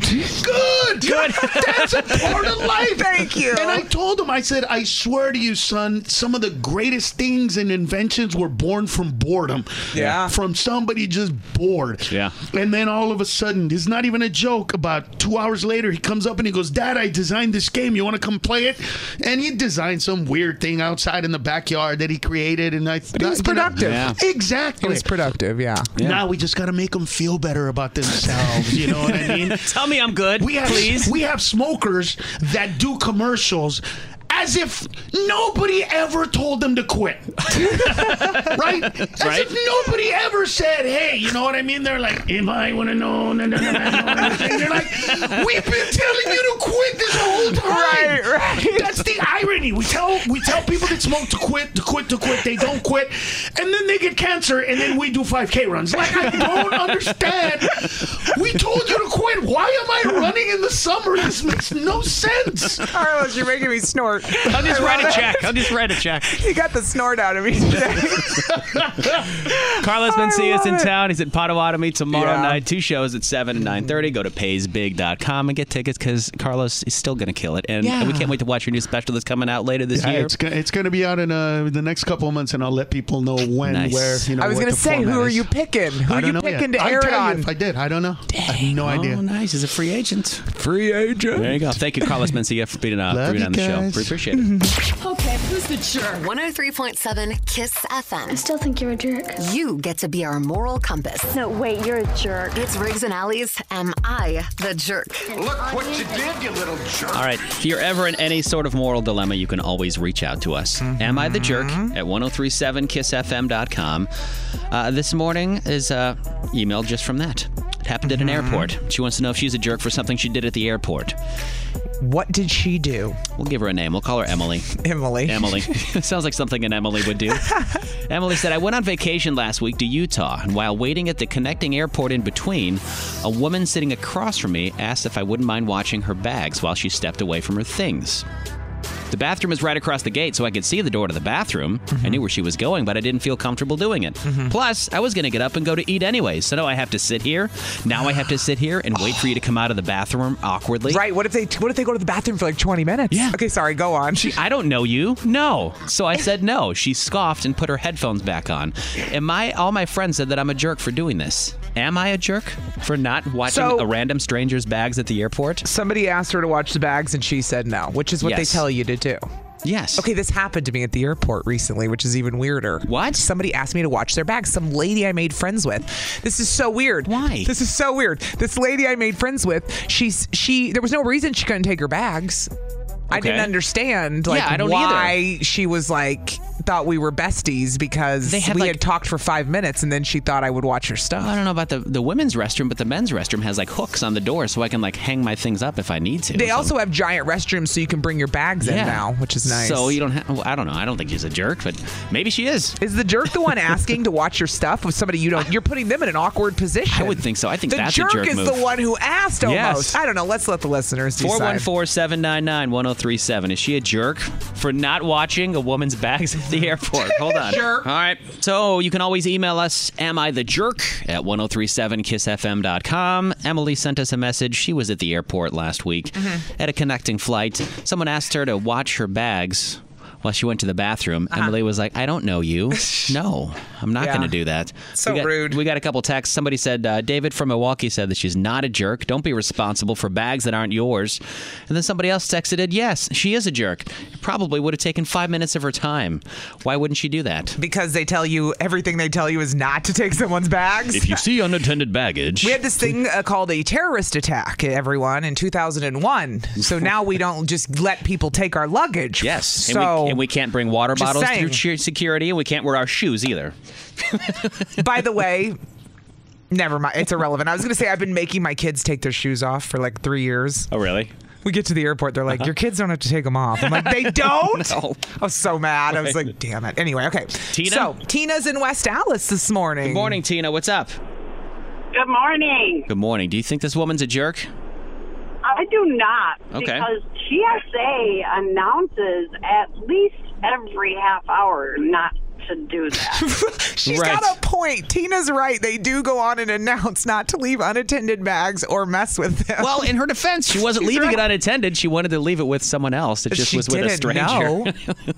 G: Good. Good. That's a part of life.
B: Thank you.
G: And I told him, I said, I swear to you, son, some of the greatest things and inventions were born from boredom.
B: Yeah.
G: From somebody just bored.
C: Yeah.
G: And then all of a sudden, it's not even a joke. About two hours later, he comes up and he goes, Dad, I designed this game. You want to come play it? And he designed some weird thing outside in the backyard that he created. And I
B: But he was
G: you know-
B: productive. Yeah.
G: Exactly.
B: It was productive, yeah.
G: Now we just got to make them feel better about themselves. You know what I mean?
C: Tell me I'm good,
G: We have,
C: please.
G: We have smokers that do commercials as if nobody ever told them to quit. right? As
I: Right.
G: if nobody ever said, hey, you know what I mean? They're like, if I would have known, and they're like, we've been telling you to quit this whole time.
B: Right, right.
G: That's the irony. We tell we tell people that smoke to quit, to quit, to quit. They don't quit, and then they get cancer, and then we do 5K runs. Like I don't understand. We told you to quit. Why am I running in the summer? This makes no sense.
B: Carlos, you're making me snort.
I: I'll just
B: I
I: write a
B: love it.
I: check. I'll just write a check.
B: You got the snort out of me today.
C: Carlos Mencia's
B: love
C: in
B: it.
C: town. He's at Potawatomi tomorrow
B: Yeah.
C: night. Two shows at 7 and 9.30. Go to paysbig.com and get tickets because Carlos is still going to kill it. And
B: Yeah.
C: we can't wait to watch your new special that's coming out later this
G: Yeah,
C: year.
G: Uh, it's gonna, it's gonna be out in uh, the next couple of months, and I'll let people know when,
C: Nice.
G: where. You know,
B: I was
G: what
B: gonna
G: the
B: say,
G: format
B: who are
G: is.
B: you picking? Who
G: I
B: are
G: don't
B: you
G: know yet.
B: picking to
G: I'll
B: air
G: tell
B: it
G: You
B: on?
G: if I did, I don't know. I have no idea.
C: Oh, nice. He's a free agent.
B: Free agent.
C: There you go. Thank you, Carlos Mencia, for being, uh,
G: Love
C: for being
G: you
C: on the
G: guys.
C: show. We appreciate it.
A: Okay, who's the jerk? 103.7 Kiss FM. I still think you're a jerk. You get to be our moral compass. No, wait, you're a jerk. It's Riggs and Allies. Am I the jerk? Look what you did, you little jerk.
C: All right. If you're ever in any sort of moral dilemma, you can always reach out to us. Am I the jerk at 1037kissfm.com. Uh, this morning is uh, email just from that. It happened at an airport. She wants to know if she's a jerk for something she did at the airport.
B: What did she do?
C: We'll give her a name. We'll call her Emily.
B: Emily.
C: Emily. Sounds like something an Emily would do. Emily said, I went on vacation last week to Utah, and while waiting at the connecting airport in between, a woman sitting across from me asked if I wouldn't mind watching her bags while she stepped away from her things. The bathroom is right across the gate, so I could see the door to the bathroom. I knew where she was going, but I didn't feel comfortable doing it. Plus, I was going to get up and go to eat anyway, so now I have to sit here. Now I have to sit here and wait for you to come out of the bathroom awkwardly.
B: Right. What if they What if they go to the bathroom for like 20 minutes? Yeah. Okay. Sorry. Go on.
C: She, I don't know you. No. So I said no. She scoffed and put her headphones back on. And my all my friends said that I'm a jerk for doing this. Am I a jerk for not watching
B: So-
C: a random stranger's bags at the airport?
B: Somebody asked her to watch the bags, and she said no, which is what
C: Yes.
B: they tell you to do.
C: Yes.
B: Okay, this happened to me at the airport recently, which is even weirder.
C: What?
B: Somebody asked me to watch their bags. Some lady I made friends with. This is so weird. Why? This is so weird. This lady I made friends with, she's she there was no reason she couldn't take her bags. I
C: Okay.
B: didn't understand like
C: Yeah, I don't
B: why she was like thought we were besties because
C: They had,
B: we
C: like-
B: had talked for five minutes and then she thought I would watch her stuff.
C: I don't know about the, the women's restroom, but the men's restroom has like hooks on the door so I can like hang my things up if I need to.
B: They
C: So-
B: also have giant restrooms so you can bring your bags in now, which is nice.
C: So you don't have, I don't know. I don't think she's a jerk, but maybe she is.
B: Is the jerk the one asking to watch your stuff with somebody you don't? You're putting them in an awkward position.
C: I would think so. I think
B: the
C: that's
B: jerk,
C: a jerk
B: is
C: move.
B: the one who asked almost.
C: Yes.
B: I don't know. Let's let the listeners decide.
C: 414 799 1037. Is she a jerk for not watching a woman's bags at the airport? Hold on.
B: Jerk.
C: All right. So you can always email us, am I the jerk, at 1037kissfm.com. Emily sent us a message. She was at the airport last week
B: Mm-hmm.
C: at a connecting flight. Someone asked her to watch her bags. While she went to the bathroom, Emily was like, I don't know you. No, I'm not
B: Uh-huh. Yeah.
C: going to do that.
B: So
C: we got, rude. We got a couple texts. Somebody said, uh, David from Milwaukee said that she's not a jerk. Don't be responsible for bags that aren't yours. And then somebody else texted, yes, she is a jerk. It probably would have taken five minutes of her time. Why wouldn't she do that?
B: because they tell you everything they tell you is not to take someone's bags.
C: you see unattended baggage,
B: we had this thing uh, called a terrorist attack, everyone, in 2001. So now we don't just let people take our luggage.
C: Yes,
B: So
C: and, we, and we can't bring water
B: Just
C: bottles
B: saying.
C: through che- security, and we can't wear our shoes either.
B: By the way, never mind. It's irrelevant. I was going to say I've been making my kids take their shoes off for like three years.
C: Oh, really?
B: We get to the airport. They're like,
C: Uh-huh.
B: "Your kids don't have to take them off." I'm like, "They don't." I was so mad. I was
C: Right.
B: like, "Damn it." Anyway, okay.
C: Tina?
B: So Tina's in West Allis this morning.
C: Good morning, Tina. What's up?
H: Good morning.
C: Good morning. Do you think this woman's a jerk?
H: I do not
C: Okay.
H: because TSA announces at least every half hour not to do that.
B: She's got a point. Tina's right. They do go on and announce not to leave unattended bags or mess with them.
C: Well, in her defense, she wasn't
B: She's
C: leaving
B: right.
C: it unattended. She wanted to leave it with someone else. It
B: But
C: just
B: she
C: was with a
B: didn't
C: stranger.
B: know.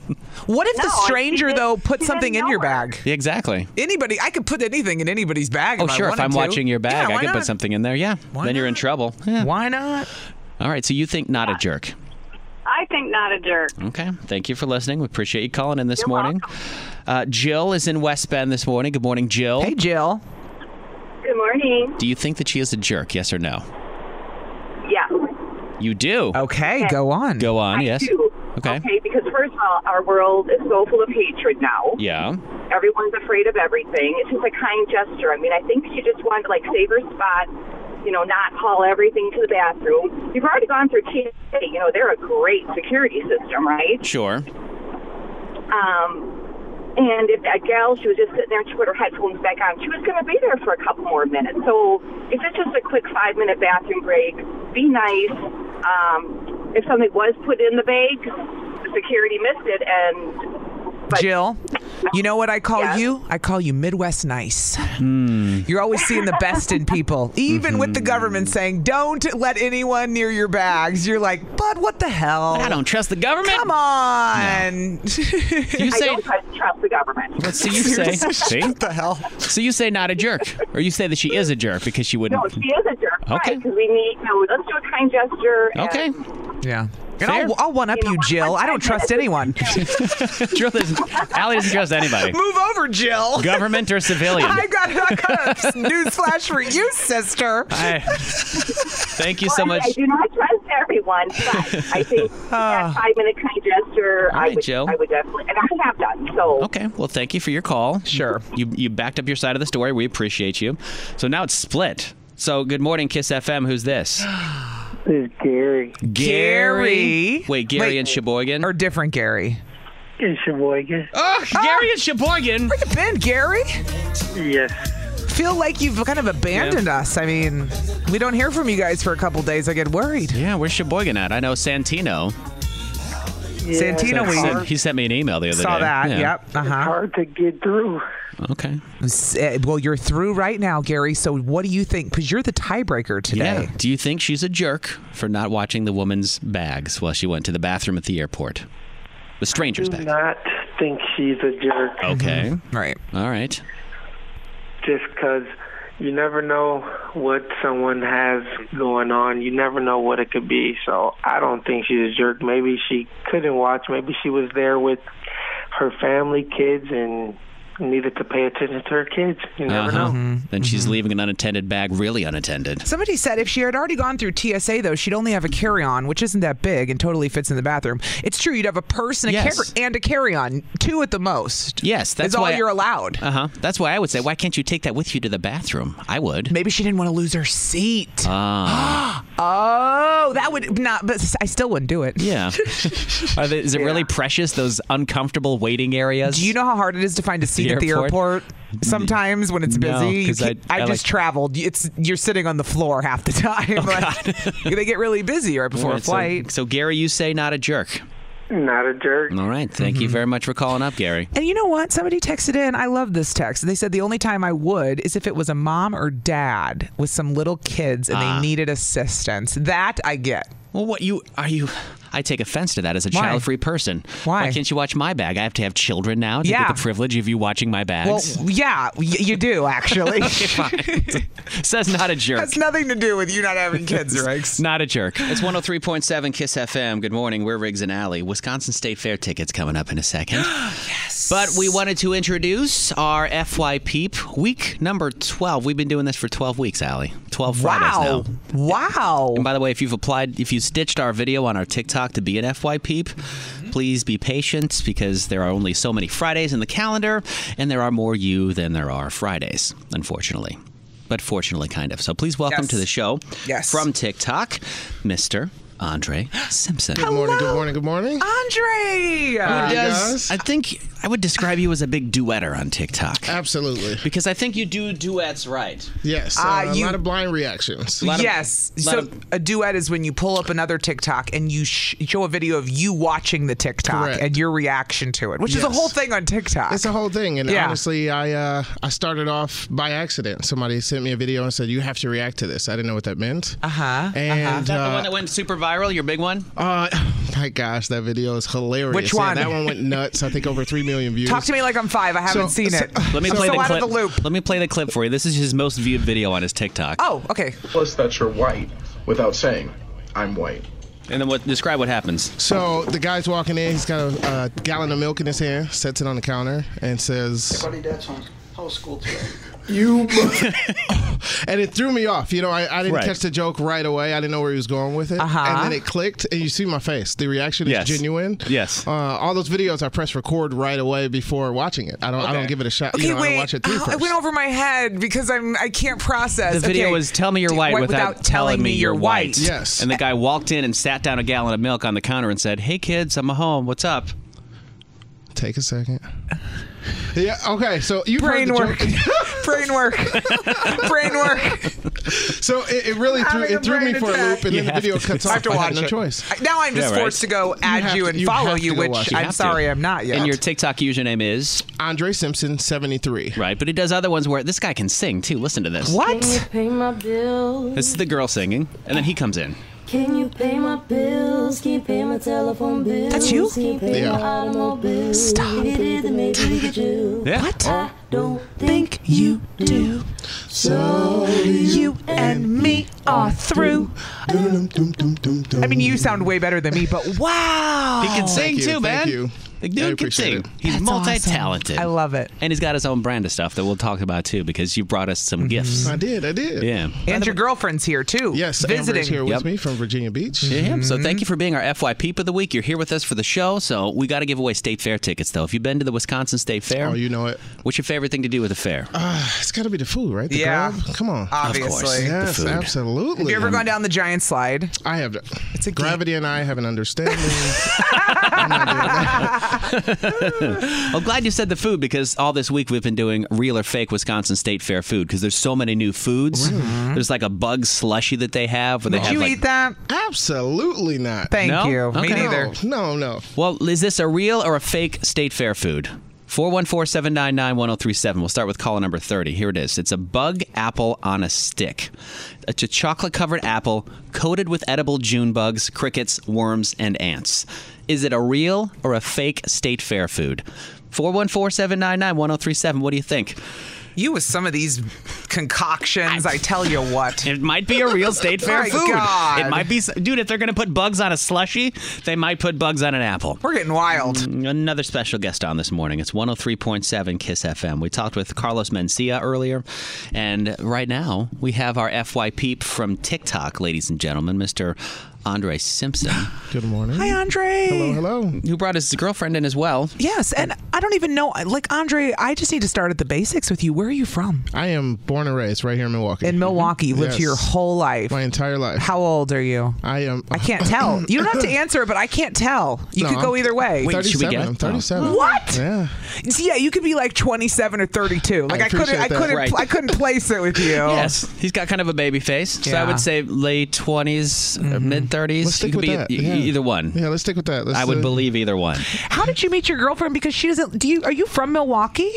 B: What if
H: No,
B: the
H: and she
B: stranger
H: didn't-
B: though put
H: she
B: something
H: didn't
B: in your
H: know her.
B: bag?
C: exactly.
B: Anybody, I could put anything in anybody's bag.
C: Oh,
B: if
C: sure.
B: I
C: If I'm
B: wanted to.
C: watching your
B: Yeah,
C: bag, I
B: why
C: can put
B: not?
C: something in there. Yeah. then you're in trouble.
B: Why not?
C: All right. So you think not a jerk.
H: I think not a jerk.
C: Okay. Thank you for listening. We appreciate you calling in this morning. Uh, Jill is in West Bend this morning. Good morning, Jill.
B: Hey, Jill.
H: Good morning.
C: Do you think that she is a jerk? Yes or no?
H: Yeah.
C: You do.
B: Okay. Go on.
C: Go on. yes.
K: Oh. do.
C: Okay.
K: Okay, because first of all, our world is so full of hatred now.
C: Yeah.
K: Everyone's afraid of everything. It's just a kind gesture. I mean, I think she just wanted to like save her spot, you know, not haul everything to the bathroom. You've already gone through TSA. You know, they're a great security system, right?
C: Sure.
K: Um, and if that gal, she was just sitting there, she put her headphones back on. She was going to be there for a couple more minutes. So if it's just a quick five minute bathroom break, be nice. Um, if something was put in the bag, the security missed it. And
B: Jill, you know what I call you? I call you Midwest nice. You're always seeing the best in people, even with the government saying, don't let anyone near your bags. You're like, but what the hell?
K: Oh.
C: I don't trust the government.
B: Come on.
C: You
K: I
C: say.
K: don't trust- trust the government.
C: Let's see. You say. See?
B: What the hell?
C: So you say not a jerk, or you say that she is a jerk because she wouldn't.
K: No, she is a jerk.
C: Mm. Okay.
K: Because we need, no, let's do a kind gesture. and-
C: Okay.
B: Yeah. And I'll, I'll one up you, Jill. I don't trust anyone.
C: Jill doesn't, Allie doesn't trust anybody,
B: Move over, Jill.
C: government or civilian.
B: I got, I got a news flash for you, sister.
C: I- thank you so
K: Well, I-
C: much.
K: I do not trust everyone, but I think
B: Ah.
K: that five minute kind gesture,
C: All
K: I,
C: right,
K: would,
C: Jill.
K: I would definitely, and I have done. So
C: Okay. Well, thank you for your call. Sure. You you backed up your side of the story. We appreciate you. So now it's split. So good morning, Kiss FM. Who's this?
L: This is Gary.
B: Gary.
C: Wait, Gary and Sheboygan?
B: Or different Gary?
L: In Sheboygan.
C: Oh, Gary and Sheboygan.
B: Where you been, Gary?
L: Yes.
B: Feel like you've kind of abandoned us. I mean, we don't hear from you guys for a couple days. I get worried.
C: Yeah, where's Sheboygan at? I know Santino.
B: Yeah. Santino, we-
C: He sent- he sent me an email the other
B: Saw
C: day.
B: that.
C: Yeah.
B: Yep. Uh huh. Hard to get through.
C: Okay.
B: eh, Well, you're through right now, Gary. So what do you think? Because you're the tiebreaker today.
C: Yeah. Do you think she's a jerk for not watching the woman's bags while she went to the bathroom at the airport? The stranger's
L: Do
C: bag.
L: not think she's a jerk.
C: Okay.
B: Right.
C: All right.
L: Just 'cause you never know what someone has going on. You never know what it could be. So I don't think she's a jerk. Maybe she couldn't watch. Maybe she was there with her family, kids, and needed to pay attention to her kids. You never
C: Uh-huh.
L: know.
C: Then she's leaving an unattended bag, really unattended.
B: Somebody said if she had already gone through TSA, though, she'd only have a carry on, which isn't that big and totally fits in the bathroom. It's true. You'd have a purse and a,
C: Yes.
B: carry- and a carry on, two at the most.
C: Yes, that's
B: is all
C: why
B: you're allowed.
C: Uh huh. That's why I would say, why can't you take that with you to the bathroom? I would.
B: Maybe she didn't want to lose her seat.
C: Ah.
B: Oh, that would not, but I still wouldn't do it.
C: yeah. Are they, is it really precious? Those uncomfortable waiting areas.
B: Do you know how hard it is to find a seat at the airport? Sometimes when it's
C: Mm. No,
B: busy, You
C: 'cause I-
B: can't- I,
C: I
B: just
C: like- Oh,
B: traveled. It's you're sitting on the floor half the time. Like, they get really busy right before
C: All
B: a
C: right, so-
B: flight.
C: So, Gary, you say not a jerk.
L: Not a jerk.
C: All right. Thank you very much for calling up, Gary.
B: And you know what? Somebody texted in. I love this text. They said the only time I would is if it was a mom or dad with some little kids and
C: Ah.
B: they needed assistance. That I get.
C: Well, what you are you? I take offense to that as a
B: Why?
C: child-free person. Why? can't you watch my bag? I have to have children now to
B: Yeah.
C: get the privilege of you watching my bags.
B: Well, yeah, y- you do actually.
C: Okay, fine. Says not a jerk.
B: That's nothing to do with you not having kids, right?
C: Not a jerk. It's 103.7 Kiss FM. Good morning. We're Riggs and Alley. Wisconsin State Fair tickets coming up in a second. yes. But we wanted to introduce our FY Peep week number 12. We've been doing this for 12 weeks, Allie. 12
B: Wow.
C: Fridays now.
B: Wow.
C: And by the way, if you've applied, if you stitched our video on our TikTok to be an FY Peep,
J: Mm-hmm.
C: please be patient because there are only so many Fridays in the calendar, and there are more you than there are Fridays, unfortunately. But fortunately, kind of. So please welcome
J: Yes.
C: to the show
J: Yes.
C: from TikTok, Mr. Andre Simpson.
J: Good morning, good morning, good morning.
B: Andre.
J: Hi,
C: Who does?
J: guys.
C: I think I would describe you as a big duetter on TikTok. Absolutely. Because I think you do duets right.
J: Yes,
B: Ah,
J: uh,
B: you-
J: a lot of blind reactions.
B: yes. so a duet is when you pull up another TikTok and you sh- show a video of you watching the TikTok
J: Correct.
B: and your reaction to it, which is a
J: Yes.
B: whole thing on TikTok.
J: It's a whole thing, and
B: Yeah.
J: honestly, I uh, I started off by accident. Somebody sent me a video and said you have to react to this. I didn't know what that meant.
B: Uh-huh.
J: And
C: the
J: uh,
C: one that went super viral, your big one?
J: uh, my gosh, that video is hilarious.
B: Which
J: Yeah,
B: one?
J: that one went nuts. I think over three million views.
B: Talk to me like I'm five. I haven't
J: So-
B: seen
J: so-
B: it.
C: Let me
B: I'm
C: play
B: so
C: the
B: out
C: clip.
B: of the loop.
C: Let me play the clip for you. This is his most viewed video on his TikTok.
B: Oh, okay.
M: Plus that you're white without saying, I'm white.
C: And then what? Describe what happens.
J: So the guy's walking in. He's got a uh, gallon of milk in his hand, sets it on the counter, and says,
N: Everybody that's on whole school today.
J: "You." and it threw me off. You know, I, I didn't
N: Right.
J: catch the joke right away. I didn't know where he was going with it.
N: Uh-huh.
J: And then it clicked, and you see my face. The reaction is
N: Yes.
J: genuine.
N: Yes.
J: Uh, all those videos, I press record right away before watching it. I don't. I don't give it a shot.
B: Okay,
J: you know, I
B: wait.
J: don't watch it through
B: Oh, I
J: first.
B: went over my head because I'm I can't process.
C: The video
B: okay.
C: was tell me you're
B: D-
C: white
B: why-
C: without, telling me you're white.
B: Yes.
C: And the guy walked in and sat down a gallon of milk on the counter and said, "Hey kids, I'm home. What's up?"
J: Take a second. yeah. Okay. So you
B: Brain work. brain work. brain work.
J: So it, it really threw,
B: Having a
J: it threw me
B: brain
J: for a
B: attack.
J: loop, and
B: You
J: then the
B: have
J: video
B: to-
J: cuts
B: I
J: off.
B: have to watch
J: had no
B: it.
J: choice.
B: I- now I'm just
C: Yeah, right.
B: forced to go add you,
J: have
B: and
J: to- you
B: follow
J: have to
B: you,
J: go
B: which
J: watch it. You
B: I'm
J: have to.
B: sorry I'm not yet.
C: And your TikTok username is
J: Andre Simpson 73.
C: Right, but he does other ones where this guy can sing too. Listen to this.
O: Can you pay my bills?
C: This is the girl singing, and then he comes in.
O: Can you pay my bills? Can you pay my telephone bills?
B: That's you?
O: Can you pay my
B: Yeah.
O: automobile? Stop. If you did, then maybe we could do.
C: Yeah.
O: I don't think you do.
B: So you and me are through. I mean, you sound way better than me, but wow.
C: He can
J: Oh.
C: sing
B: Thank you,
C: too,
B: thank
C: man.
B: you.
C: Like,
J: I
C: dude can
J: appreciate
C: sing.
J: it.
C: He's
J: That's awesome.
C: multi-talented.
J: I
B: love it.
C: And he's got his own brand of stuff that we'll talk about too, because you brought us some
J: Mm-hmm.
C: gifts.
J: I did. I did.
C: Yeah.
B: And your girlfriend's here too.
J: Yes,
B: visiting
J: Amber's here with me from Virginia Beach.
C: Yeah, so thank you for being our FYP of the week. You're here with us for the show, so we got to give away state fair tickets though. If you've been to the Wisconsin State Fair, oh, you
J: know it.
C: What's your favorite thing to do with a fair?
J: Uh, it's got to be the food, right? The
B: Yeah.
J: grub? Come on.
B: Obviously. Of course, the
J: Yes,
B: food.
J: absolutely.
B: Have you ever gone down the giant slide?
J: I have.
B: It's a
J: Gravity and I have an understanding.
C: I'm glad you said the food because all this week we've been doing real or fake Wisconsin State Fair food because there's so many new foods. There's like a bug slushy that they have where they
J: Would
C: have
J: you
C: like
J: eat
B: that?
J: Absolutely not.
C: Thank No? you. Me Okay. neither.
J: No, no. no.
C: Well, is this a real or a fake state fair food? 414 799 1037. We'll start with caller number 30. Here it is. It's a bug apple on a stick. It's a chocolate covered apple coated with edible June bugs, crickets, worms, and ants. Is it a real or a fake state fair food? 414 799 1037. What do you think?
B: You with some of these concoctions, I tell you what.
C: It might be a real state fair
B: My
C: food.
B: God.
C: It might be, dude. If they're gonna put bugs on a slushy, they might put bugs on an apple.
B: We're getting wild.
C: Another special guest on this morning. It's 103.7 Kiss FM. We talked with Carlos Mencia earlier, and right now we have our FY peep from TikTok, ladies and gentlemen, Mr. Andre Simpson,
J: Good morning.
B: Hi, Andre.
J: Hello, hello.
C: who brought his girlfriend in as well.
B: Yes, and I don't even know. Like Andre, I just need to start at the basics with you. Where are you from?
J: I am born and raised right here in Milwaukee.
B: In Milwaukee, you lived
J: Yes.
B: here your whole life. My
J: entire life.
B: How old are you?
J: I am.
B: I can't tell. You don't have to answer, but I can't tell. You
J: No,
B: could go
J: I'm-
B: either way.
J: Wait, should we 37, get- I'm 37.
B: What?
J: Yeah.
B: Yeah, you could be like 27 or 32. Like I, couldn't.
C: appreciate
B: I
C: that.
B: couldn't.
C: Right.
B: I couldn't place it with you.
C: Oh. Yes, he's got kind of a baby face, so I
B: Yeah.
C: would say late 20s, mid
J: Mm-hmm.
C: 30s.
J: Let's
C: You
J: stick
C: could
J: with
C: be
J: that.
C: e-
J: Yeah.
C: either one.
J: Yeah, let's stick with that. Let's
C: I would
J: uh,
C: believe either one.
B: How did you meet your girlfriend? Because she doesn't. Do you? Are you from Milwaukee?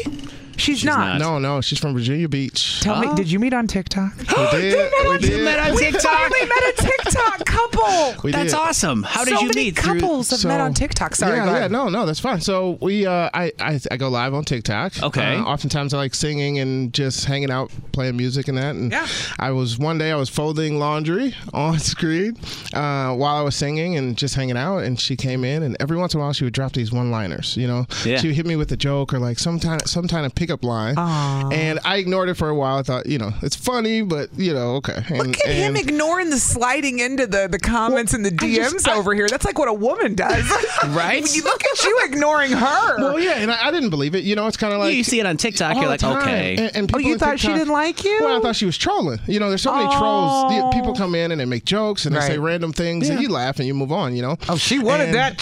B: She's, not.
J: No, no. She's from Virginia Beach.
B: Tell me, did you meet on TikTok?
J: We did. we did.
B: we finally met a TikTok couple.
J: We did.
B: so many couples have met on TikTok. Sorry,
J: yeah,
B: go
J: yeah,
B: ahead.
J: no, no, that's fine. So we, uh, I, I, I go live on TikTok.
C: Okay.
J: Uh, oftentimes I like singing and just hanging out, playing music and that. And yeah. I was one day I was folding laundry on screen uh, while I was singing and just hanging out. And she came in, and every once in a while she would drop these one-liners. You know,
C: Yeah.
J: she would hit me with a joke or like some kind, some kind of pickup line. And I ignored it for a while. I thought, you know, it's funny, but you know, okay. And,
B: Look at him
J: and-
B: ignoring the sliding into the, the comments and the
J: I
B: DMs
J: just-
B: over here. That's like what a woman does.
C: Right?
B: You Look at you ignoring her.
J: Well, Oh, yeah, and I, I didn't believe it. You know, it's kind of like
C: you see it on TikTok,
J: all
C: you're
J: the
C: like,
J: time.
C: okay.
J: And, and
B: Oh,
J: people
B: you
J: on
B: thought she
J: TikTok-
B: didn't like you?
J: Well, I thought she was trolling. You know, there's so many trolls.
B: Oh.
J: Yeah, People come in and they make jokes and they say
B: Right.
J: random things, and
B: Yeah.
J: you laugh and you move on. You know. Oh,
B: she wanted that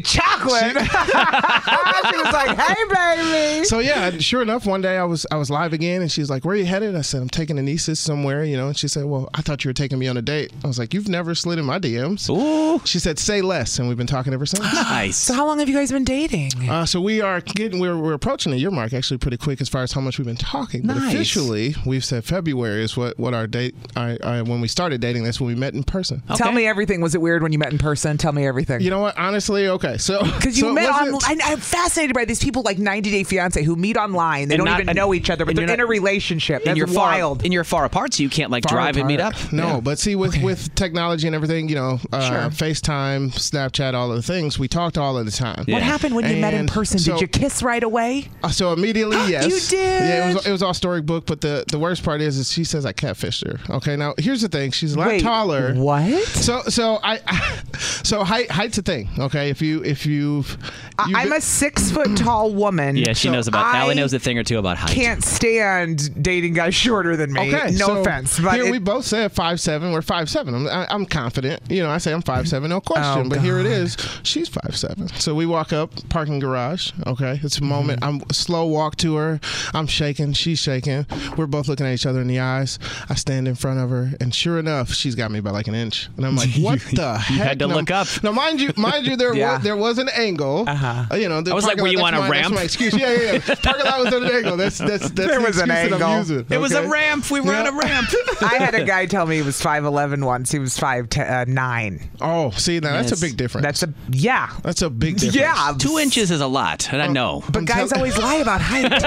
B: chocolate. she was like, "Hey, baby."
J: So yeah, sure enough, one day I was I was live again, and she's like, "Where are you headed?" I said, "I'm taking a nieces somewhere," you know. And she said, "Well, I thought you were taking me on a date." I was like, "You've never slid in my DMs."
C: Ooh.
J: She said, "Say less," and we've been talking ever since.
C: Nice.
B: So how long have you guys been dating?
J: Uh, so we are getting we're, we're approaching the year mark actually pretty quick as far as how much we've been talking. But
C: Nice.
J: officially, we've said February is what what our date I, I, when we started dating. That's when we met in person.
B: Tell me everything. Was it weird when you met in person? Tell me everything.
J: You know what? Honestly, okay. So
B: Because you
J: so it
B: met
J: wasn't-
B: online. I'm fascinated by these people like 90 Day Fiance who meet online. They
C: And
B: don't
C: not-
B: even
C: and-
B: know each other, but
C: and
B: they're
C: you're
B: in a
C: not-
B: relationship.
C: and
B: That's
C: you're
B: wild.
C: Far, and you're far apart, so you can't like
J: Far
C: drive and meet up.
J: apart. No,
C: Yeah.
J: but see, with with technology and everything, you know, uh,
C: Sure.
J: FaceTime, Snapchat, all of the things, we talked all of the time.
B: What happened when you met in
J: And
B: person?
J: so-
B: Did you kiss right away?
J: Uh, so immediately, yes,
B: You did.
J: Yeah, it was it was all storybook. But the the worst part is, is she says I catfished her. Okay, now here's the thing: she's a lot
B: Wait,
J: taller.
B: What?
J: So so I, so height height's a thing. Okay, if you if you've,
B: I- I'm a six foot tall woman.
C: Yeah, she
B: so
C: knows about.
B: I
C: Allie knows a thing or two about height.
B: Can't stand dating guys shorter than me.
J: Okay,
B: no
J: so
B: offense, but
J: here
B: it-
J: we both said five seven. We're five seven. I'm, I, I'm confident. You know, I say I'm five seven, no question.
B: Oh,
J: but here it is. She's five seven. So we walk up parking garage. Okay, it's a moment.
B: Mm-hmm.
J: I'm a slow walk to her. I'm shaking. She's shaking. We're both looking at each other in the eyes. I stand in front of her, and sure enough, she's got me by like an inch. And I'm like, what the heck?
C: had to
J: Now-
C: look up.
J: Now, mind you, mind you, there
C: Yeah.
J: was there was an angle. Uh-huh. You know, the
C: I was like,
J: parking
C: were you
J: lot-
C: on
J: that's my- that's
C: a ramp?
J: my excuse. Yeah, yeah, yeah. Parking lot was at an angle. That's that's that's
B: There
J: the
B: was an
J: excuse that I'm
B: angle.
J: using.
B: It was a
J: okay?
B: ramp. We were on a ramp. I had a guy tell me he was 5'11 once. He was 5'9.
J: Oh, see, now that's a big difference.
B: That's a, yeah.
J: That's a big difference.
B: Yeah.
C: Two inches is a lot, and I know.
B: But guys always lie about height.
C: I'm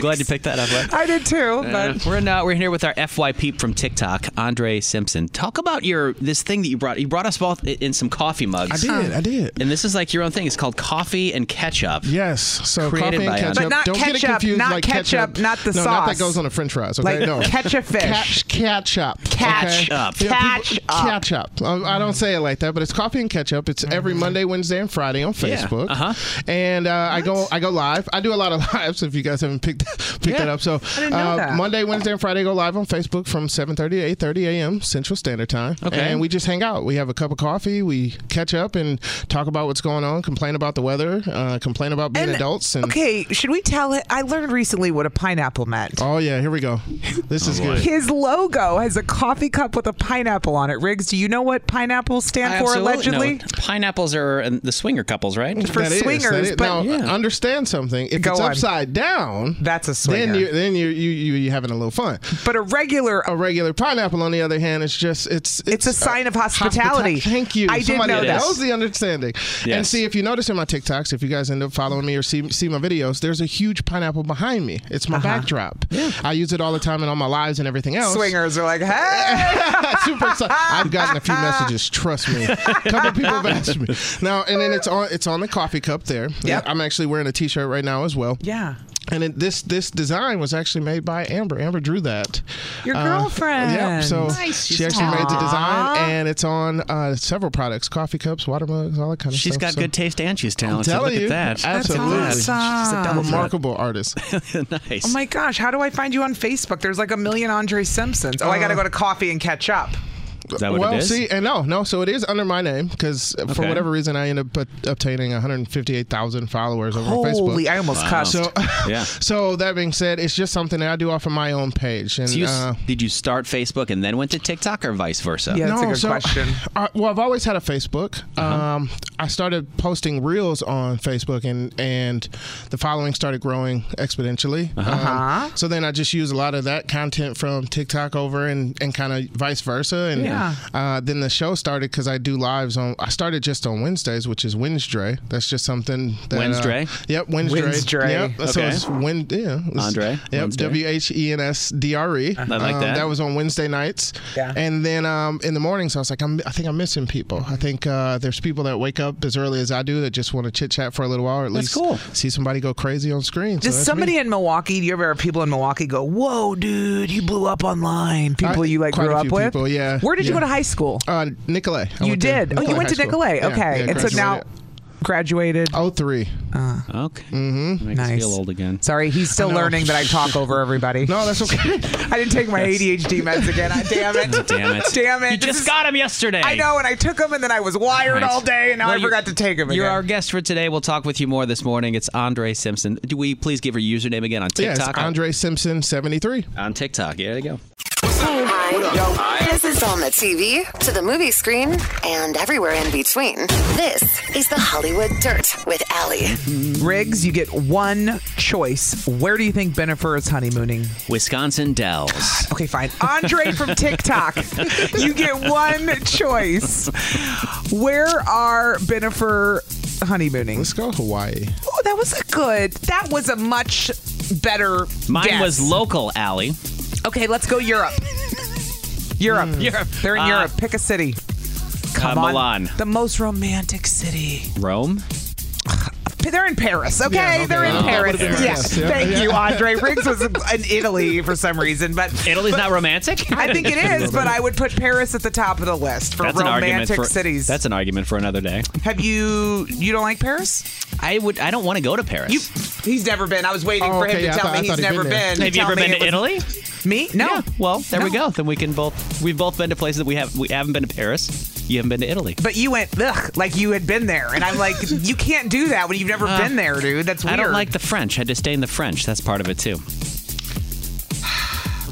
C: glad you picked that up. Lex.
B: I did too.
J: Eh.
C: Uh,
B: But
C: we're now we're here with our FY peep from TikTok, Andre Simpson. Talk about your this thing that you brought. You brought us both i- in some coffee mugs. movies.
J: I did, I did.
C: And this is like your own thing. It's called Coffee and Ketchup.
J: Yes. So
C: created
J: coffee and
C: by
J: ketchup.
C: Anna.
J: Don't get it
B: ketchup,
J: confused.
B: not
J: like
B: ketchup,
J: ketchup,
B: not the
J: no, Not
B: sauce.
J: that goes on a French fries. Okay,
B: Like
J: no.
B: catch a fish.
J: Catch, catch up.
B: Catch
J: okay?
B: up.
J: You know, people-
B: Catch up.
J: Catch up. I, I don't say it like that, but it's coffee and ketchup. It's every Monday, Wednesday, and Friday on
C: Yeah.
J: Facebook.
C: Uh-huh.
J: And uh, I go, I go live. I do a lot of lives. If you guys haven't picked picked that up, so
G: I didn't know
J: uh,
G: that.
J: Monday, Wednesday, and Friday go live on Facebook from 7:30 to 8:30 a.m. Central Standard Time.
G: Okay.
J: And we just hang out. We have a cup of coffee. We catch up and talk about what's going on. Complain about the weather. Uh, complain about being adults. And
B: Okay, should we tell it? I learned recently what a pineapple meant.
J: Oh yeah, here we go. This is good.
B: His logo has a coffee cup with a pineapple on it. Riggs, do you know what pineapples stand
C: I
B: for
C: absolutely
B: allegedly?
C: know. Pineapples are in the swinger couples, right?
B: For That is, swingers, that is. but-
J: Now understand something. If
B: Go
J: it's
B: on.
J: upside down,
B: that's a swinger.
J: Then you then you you you you having a little fun.
B: But a regular
J: a regular pineapple, on the other hand, is just it's it's,
B: a sign of
J: uh,
B: hospitality.
J: hospita- Thank you.
B: I did
J: Somebody
B: know
J: that.
B: that.
J: was the understanding. And
C: Yes.
J: see, if you notice in my TikToks, if you guys end up following me or see see my videos, there's a huge pineapple behind me. It's
B: Uh-huh.
J: my backdrop. I use it all the time in all my lives and everything else.
B: Swingers are like, hey,
J: super excited. I've gotten a few messages. Trust me, a couple people have asked me now, and then it's on it's on the coffee cup there. Yeah, I'm actually wearing a T-shirt right now as well.
B: Yeah.
J: And it, this this design was actually made by Amber. Amber drew that.
B: Your
J: Yep.
B: girlfriend.
J: So
B: Nice.
J: she
B: She's
J: actually made the design,
B: Aw.
J: and it's on uh, several products: coffee cups, water mugs, all that kind of
C: She's
J: stuff.
C: got
J: so-
C: good taste and she's
J: I'm
C: talented.
J: telling
C: Look
J: you,
C: at that.
J: absolutely,
B: That's
J: she's a
B: awesome.
J: double remarkable artist.
C: nice.
B: Oh my gosh, how do I find you on Facebook? There's like a million Andre Simpsons. Oh, I got to
J: Uh,
B: go to coffee and catch up.
C: Is that what
J: well,
C: it is?
J: see, and no, no. So it is under my name because for
C: Okay.
J: whatever reason I end up uh, obtaining 158,000 followers over on Facebook.
B: Holy, I almost Wow. cussed.
J: So,
C: Yeah.
J: so that being said, it's just something that I do off of my own page. And
C: So you, s-
J: uh,
C: did you start Facebook and then went to TikTok or vice versa?
J: no, so, uh, well, I've always had a Facebook.
C: Uh-huh.
J: Um, I started posting reels on Facebook, and and the following started growing exponentially. Um,
B: Uh-huh.
J: so then I just use a lot of that content from TikTok over, and and kind of vice versa. And
B: Yeah.
J: uh, then the show started because I do lives on. I started just on Wednesdays, which is Wednesday. That's just something. That, uh,
C: Wednesday?
J: yep, Wednesday.
B: Wednesday.
J: Yep. So
C: Okay.
J: it's Wen. Yeah. it's-
C: Andre,
J: Yep.
C: Wednesday.
J: W h e n s d r e.
C: I like that.
J: That was was on Wednesday nights.
B: Yeah.
J: And then um, in the mornings, I was like, I'm, I think I'm missing people. I think uh, there's people that wake up as early as I do that just want to chit chat for a little while, or at least
B: That's cool.
J: see somebody go crazy on screen. So
B: Does
J: that's
B: somebody
J: me.
B: in Milwaukee, do you ever have people in Milwaukee go, whoa, dude, you blew up online? People
J: I-
B: you like
J: quite
B: grew
J: a
B: up
J: few
B: with?
J: People, yeah.
B: Where did you
J: yeah.
B: go to high school?
J: Uh, Nicolay. I
B: you
J: went to
B: did. oh, you went to
J: High School.
B: Nicolay.
J: Yeah,
B: Okay.
J: yeah,
B: and so now
J: graduated.
B: graduated.
J: Oh three.
C: Okay.
J: Mm-hmm.
C: Makes
B: Nice.
C: us feel old again.
B: Sorry, he's still
C: I know.
B: learning that I talk over everybody.
J: No, Oh, that's okay.
B: I didn't take my
C: That's-
B: ADHD meds again. I, damn it.
C: Damn it.
B: Damn it.
C: You
B: This
C: just
B: is-
C: got him yesterday.
B: I know, and I took them, and then I was wired
C: Right.
B: all day, and now
C: Well,
B: I
C: you-
B: forgot to take them
C: You're
B: again.
C: our guest for today. We'll talk with you more this morning. It's Andre Simpson. Do we please give her username again on
J: Yeah,
C: TikTok?
J: it's Andre Simpson seventy three.
C: on TikTok. Yeah, there you go.
A: This is on the TV, to the movie screen, and everywhere in between. This is the Hollywood Dirt with Allie.
B: Riggs, you get one choice. Where do you think Benifer is honeymooning?
C: Wisconsin Dells.
B: Okay, fine. Andre from TikTok. you get one choice. Where are Benifer honeymooning? Let's
J: go Hawaii.
B: Oh, that was a good. That was a much better.
C: Mine
B: guess.
C: was local, Allie.
B: Okay, let's go Europe. Europe.
J: Mm.
B: Europe. They're in
C: Uh,
B: Europe. Pick a city. Come
C: uh,
B: on.
C: Milan.
B: The most romantic city.
C: Rome?
B: They're in Paris, okay?
C: Yeah, okay.
B: They're in
C: Oh,
B: Paris.
C: that would've been
B: Yeah.
C: nice. Yeah.
B: Thank
C: Yeah.
B: you, Andre. Riggs was in Italy for some reason, but
C: Italy's
B: but-
C: not romantic?
B: I think it is, but I would put Paris at the top of the list for
C: That's an argument
B: romantic
C: for,
B: cities.
C: That's an argument for another day.
B: Have you? You don't like Paris?
C: I would. I don't want to go to Paris.
B: You, he's never been. I was waiting
C: Oh,
B: for him
C: okay,
B: to
C: yeah, I
B: tell
C: thought- I
B: me
C: thought
B: he's
C: he'd been
B: never
C: there.
B: been.
C: Have you
B: tell
C: ever
B: me
C: been
B: it
C: to
B: was-
C: Italy?
B: Me? No.
C: Well, there we
B: No.
C: go. Then we can both. We've both been to places that we have. We haven't been to Paris. You haven't been to Italy.
B: But you went ugh, like you had been there, and I'm like, you can't do that when you've never
C: Uh,
B: been there, dude. That's weird.
C: I don't like the French. I disdain the French. That's part of it too.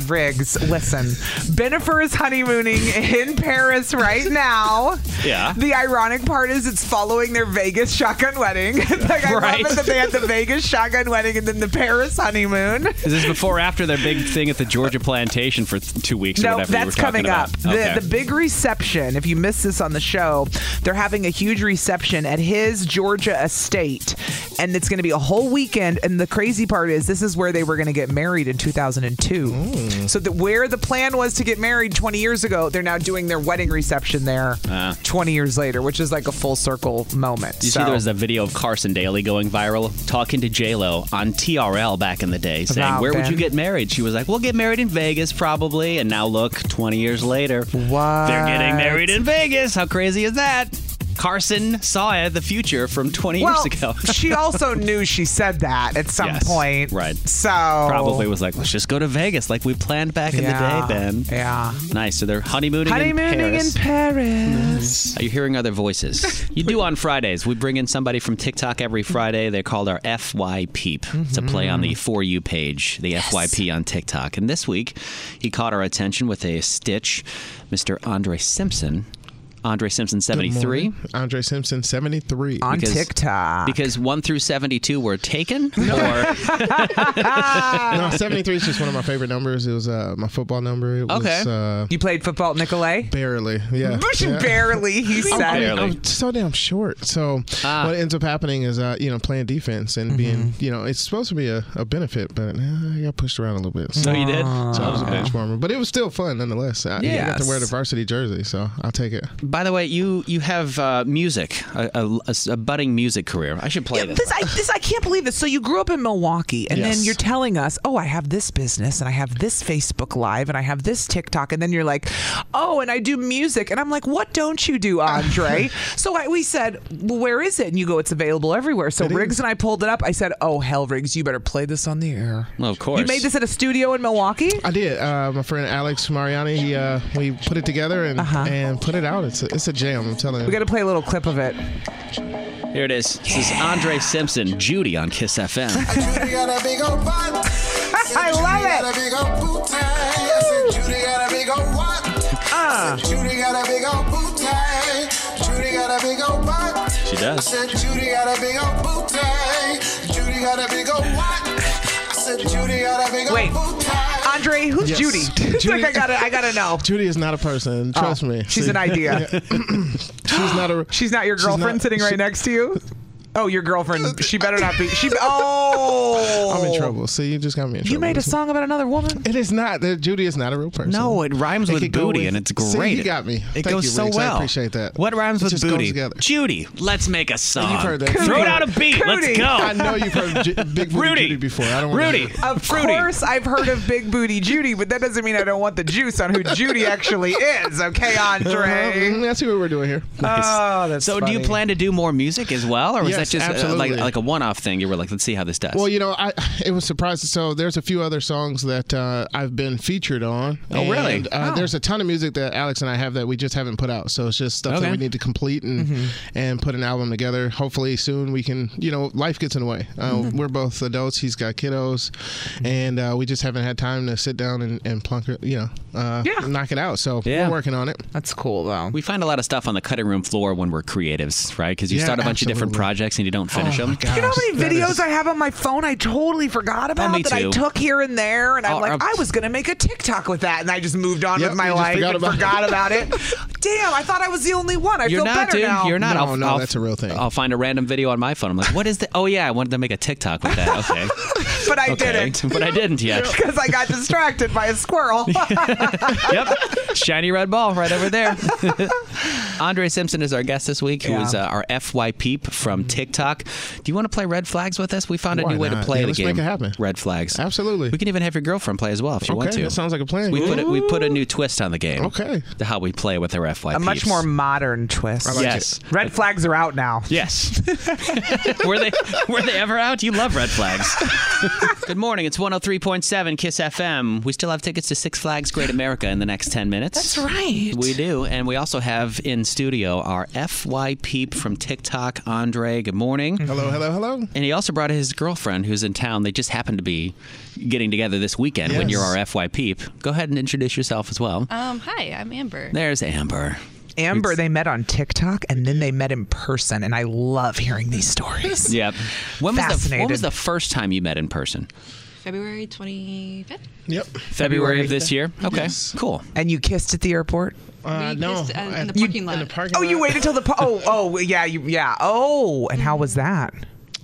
B: Riggs, listen. Benifer is honeymooning in Paris right now.
C: Yeah.
B: The ironic part is it's following their Vegas shotgun wedding. like I
C: Right.
B: love it that they had the Vegas shotgun wedding and then the Paris honeymoon.
C: Is this before or after their big thing at the Georgia plantation for th- two weeks or
B: No,
C: whatever?
B: that's
C: we were talking
B: coming
C: about?
B: up. The,
C: Okay.
B: the big reception, if you missed this on the show, they're having a huge reception at his Georgia estate, and it's going to be a whole weekend. And the crazy part is, this is where they were going to get married in 2002.
C: Hmm.
B: So that where the plan was to get married 20 years ago, they're now doing their wedding reception there 20 years later, which is like a full circle moment.
C: Ah. You
B: so.
C: see, there was a video of Carson Daly going viral, talking to J Lo on TRL back in the day, saying,
B: About
C: "Where would you
B: Ben.
C: get married?" She was like, "We'll get married in Vegas, probably." And now look, 20 years later, they're getting married in Vegas. How crazy is that? Carson saw the future from 20
B: well,
C: years ago.
B: she also knew she said that at some
C: Yes,
B: point.
C: right?
B: So
C: Probably was like, "Let's just go to Vegas, like we planned back in
B: Yeah,
C: the day, Ben."
B: Yeah.
C: Nice. So they're honeymooning, in
B: honeymooning
C: Paris.
B: in Paris.
C: Are you hearing other voices? You do on Fridays. We bring in somebody from TikTok every Friday. They're called our FY Peep. It's a play on the For You page, the FYP on TikTok. And this week, he caught our attention with a stitch, Mr. Andre Simpson. Andre Simpson, 73.
J: Andre Simpson, 73.
C: On Because-
B: TikTok.
C: Because 1 through 72 were taken?
J: no, 73 is just one of my favorite numbers. It was uh, my football number. It was,
B: Okay.
J: uh,
B: you played football at Nicolet?
J: Barely, yeah. yeah.
B: Barely, he
J: I'm-
B: said. Oh,
J: I'm, I'm so damn short. So
C: Ah.
J: what ends up happening is, uh, you know, playing defense and being, you know, it's supposed to be a, a benefit, but uh, I got pushed around a little bit.
C: So you did?
J: So I was a
C: Okay.
J: bench warmer, but it was still fun nonetheless. I, I got to wear the
C: Yes.
J: varsity jersey, so I'll take it.
C: By the way, you you have uh, music, a, a- a s- a budding music career. I should play this.
B: This I, this I can't believe this. So you grew up in Milwaukee, and
C: Yes.
B: then you're telling us, "Oh, I have this business, and I have this Facebook Live, and I have this TikTok," and then you're like, "Oh, and I do music," and I'm like, "What don't you do, Andre?" so I, we said, well, "Where is it?" And you go, "It's available everywhere." So Riggs and I pulled it up. I said, "Oh hell, Riggs, you better play this on the air."
C: Well, of course.
B: You made this at a studio in Milwaukee.
J: I did. Uh, my friend Alex Mariani, he, uh, we put it together and and put it out. It's a, it's a jam. I'm telling you. We
B: got to play a little clip of it.
C: Here it is. This is Andre Simpson, Judy on Kiss FM.
P: Judy got a big old butt.
B: I love it.
P: Got a big old booty. I said Judy got a big old what? I
J: Ah.
P: said Judy got a big old booty. Judy got a big old butt.
C: She does.
P: I said Judy got a big old booty. Judy got a big old what? I said Judy got a big
B: Wait.
P: old booty.
B: Andre, who's
J: Yes.
B: Judy? It's like, I gotta, I gotta know.
J: Judy is not a person.
C: Oh,
J: Trust me.
B: she's
J: See?
B: an idea.
J: Yeah. she's not a.
B: She's not your
J: she's not-
B: girlfriend sitting right
J: she-
B: next to you. Oh, your girlfriend. She better not be. She. Oh.
J: I'm in trouble. See, you just got me in trouble.
B: You made a song about another woman.
J: It is not. that Judy is not a real person.
C: No, it rhymes
J: It
C: with
J: could go
C: booty,
J: with-
C: and it's
J: See,
C: great.
J: you got me.
C: It
J: Thank
C: goes
J: you,
C: so
J: Riggs. I
C: well.
J: appreciate that.
C: What rhymes
J: It
C: with
J: just goes
C: booty?
J: together.
C: Judy, let's make a song.
J: You've heard that.
C: Throw it out a beat. Let's go.
J: I know you've heard Ju- Big Booty
C: Rudy.
J: Judy before. I don't wanna
C: Rudy.
J: hear it.
C: uh,
B: Of course, I've heard of Big Booty Judy, but that doesn't mean I don't want the juice on who Judy actually is. Okay, Andre.
J: Uh-huh. That's what we're doing here.
B: Oh, that's
C: so. Do you
B: funny.
C: plan to do more music as well, or was
J: Yes,
C: that just uh, like
J: absolutely.
C: like a one off thing? You were like, let's see how this does.
J: Well, you know, I it was surprising. So there's a few other songs that uh, I've been featured on.
C: Oh, really?
J: And, uh,
C: Oh.
J: There's a ton of music that Alex and I have that we just haven't put out. So it's just stuff
C: Okay.
J: that we need to complete and and put an album together. Hopefully soon we can. You know, life gets in the way. Uh, We're both adults. He's got kiddos, and uh, we just haven't had time to sit down and and plunk. it, You know, uh, knock it out. So we're working on it.
B: That's cool though.
C: we find a lot of stuff on the cutting room floor when we're creatives, right? Because you
J: Yeah,
C: start a bunch of different
J: absolutely.
C: projects and you don't finish
J: Oh,
C: them.
J: my
B: You know how many videos I have on my phone I totally forgot about
C: me
B: that I
C: too.
B: took here and there, and I'm
C: Oh,
B: like,
C: I'm-
B: I was gonna make a TikTok with that, and I just moved on
J: Yep,
B: with my
J: you just
B: life
J: forgot
B: and
J: about-
B: forgot about it. Damn, I thought I was the only one. I
C: You're
B: feel
C: not,
B: better
C: dude.
B: now.
C: You're not.
J: No,
C: I'll,
J: no,
C: I'll-
J: that's a real thing.
C: I'll find a random video on my phone. I'm like, what is that? Oh yeah, I wanted to make a TikTok with that. Okay,
B: but I
C: Okay.
B: didn't
C: But I didn't yet.
B: because I got distracted by a squirrel.
C: yep. Shiny red ball right over there. Andre Simpson is our guest this week, who is
B: Yeah.
C: uh, our FY peep from TikTok. Do you want to play Red Flags with us? We found a
J: Mm-hmm. Why
C: new way to
J: not?
C: play
J: Yeah,
C: the
J: let's
C: game.
J: make it happen.
C: Red Flags.
J: Absolutely.
C: We can even have your girlfriend play as well if you want
J: Okay,
C: to.
J: that sounds like a plan.
C: We put a, we put a new twist on the game.
J: Okay.
C: To how we play with our FY
B: a much
C: peeps.
B: more modern twist.
C: I like Yes. it.
B: Red flags are out now.
C: Yes. were they were they ever out? You love red flags. Good morning. It's 103.7 Kiss FM. We still have tickets to Six Flags Great America in the next 10 minutes.
B: That's right.
C: We do. And we also have in studio our FY peep from TikTok, Andre. Good morning.
G: Mm.
J: Hello, hello, hello.
C: And he also brought his girlfriend who's in town. They just happened to be getting together this weekend when
J: Yes.
C: you're our FY peep. Go ahead and introduce yourself as well.
Q: Um, hi, I'm Amber.
C: There's Amber.
B: Amber, they met on TikTok and then they met in person, and I love hearing these stories.
C: Yep. When was, the, when
B: Fascinated.
C: was the first time you met in person?
Q: February 25th.
J: Yep.
C: February of this year? Okay. Cool.
B: And you kissed at the airport?
J: Uh, no,
Q: kissed, uh, in
J: I-
Q: the parking lot.
B: Oh, you waited till the po- oh oh yeah you, yeah oh and how Oh, was that?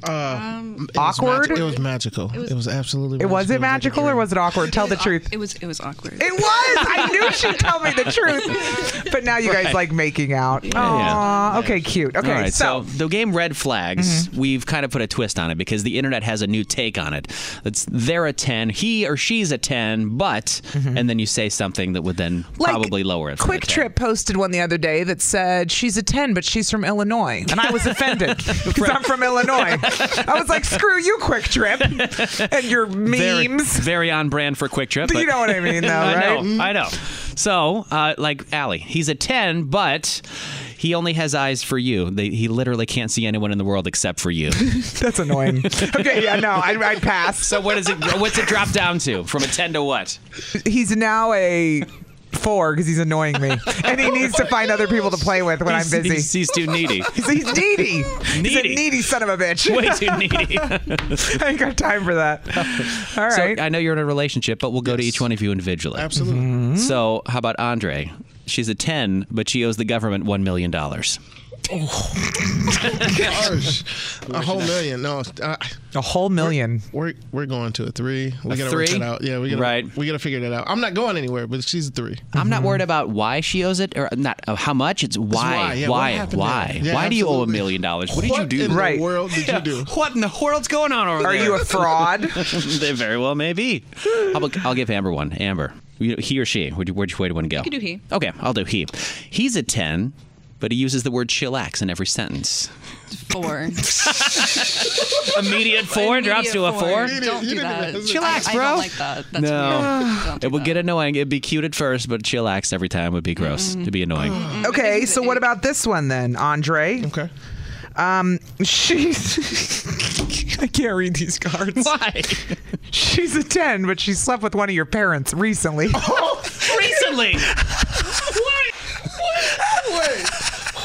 J: Uh,
Q: Um,
J: it was
B: Awkward?
J: magi- it was magical. It was, absolutely.
B: It
J: magical.
B: was it
J: like a
B: magical or
J: dream.
B: was it awkward? Tell the truth.
Q: It was it was awkward.
B: It was. I knew she'd tell me the truth. But now you guys
C: Right.
B: like making out. Aw, Okay, cute. Okay,
C: All right,
B: so, Mm-hmm.
C: so, the game Red Flags, we've kind of put a twist on it because the internet has a new take on it. It's they're a ten, he or she's a ten, but and then you say something that would then
B: Mm-hmm. Like,
C: probably lower it. from
B: Quick
C: the 10.
B: Trip posted one the other day that said she's a 10, but she's from Illinois. And I was offended because I'm from Illinois. I was like, screw you, Quick Trip, and your
C: Very-
B: memes.
C: Very, on brand for Quick Trip.
B: You know what I mean, though,
C: I
B: right?
C: know. I know. So, uh, like Allie, he's a 10, but he only has eyes for you. They, he literally can't see anyone in the world except for you.
B: That's annoying. okay, yeah, no, I, I'd pass.
C: So, what is it? What's it drop down to? From a 10 to what?
B: He's now a four because he's annoying me. And he needs to find other people to play with when
C: He's-
B: I'm busy.
C: He's, he's too needy.
B: He's, he's needy. He's a
C: Needy.
B: needy son of a bitch.
C: Way too needy.
B: I ain't got time for that. All
C: So,
B: right.
C: I know you're in a relationship, but we'll go to each one of you individually.
J: Absolutely.
C: So, how about Andre? She's a 10, but she owes the government $1 million.
J: Harsh. a whole million. No, uh,
B: a whole million.
J: We're we're, we're going to a three. We
C: A
J: gotta
C: three?
J: work that out. Yeah, we gotta
C: Right.
J: We gotta figure that out. I'm not going anywhere, but she's a three.
C: I'm not worried about why she owes it or not uh, how much. It's why.
J: why, yeah, what
C: why?
J: happened
C: why?
J: there? Yeah,
C: why do you owe a
J: absolutely.
C: million dollars? What did
J: What
C: you do?
J: in the Right. world did you do?
C: What in the world's going on over
B: Are
C: there?
B: you a fraud?
C: they very well may be. How about- I'll give Amber one. Amber, you- he or she? Where'd you, where'd you way to one go?
Q: You can do he.
C: Okay, I'll do he. He's a 10, but he uses the word chillax in every sentence.
Q: Four.
C: Immediate four drops to a four?
Q: Don't do that.
C: Chillax,
Q: I, I
C: bro.
Q: don't like that. That's
C: no.
Q: weird. Don't
C: It would get annoying. It'd be cute at first, but chillax every time would be gross. It'd be annoying.
B: Okay, so what about this one then, Andre?
J: Okay.
B: Um, she's. I can't read these cards.
C: Why?
B: She's a 10, but she slept with one of your parents recently.
C: Recently.
J: Wait.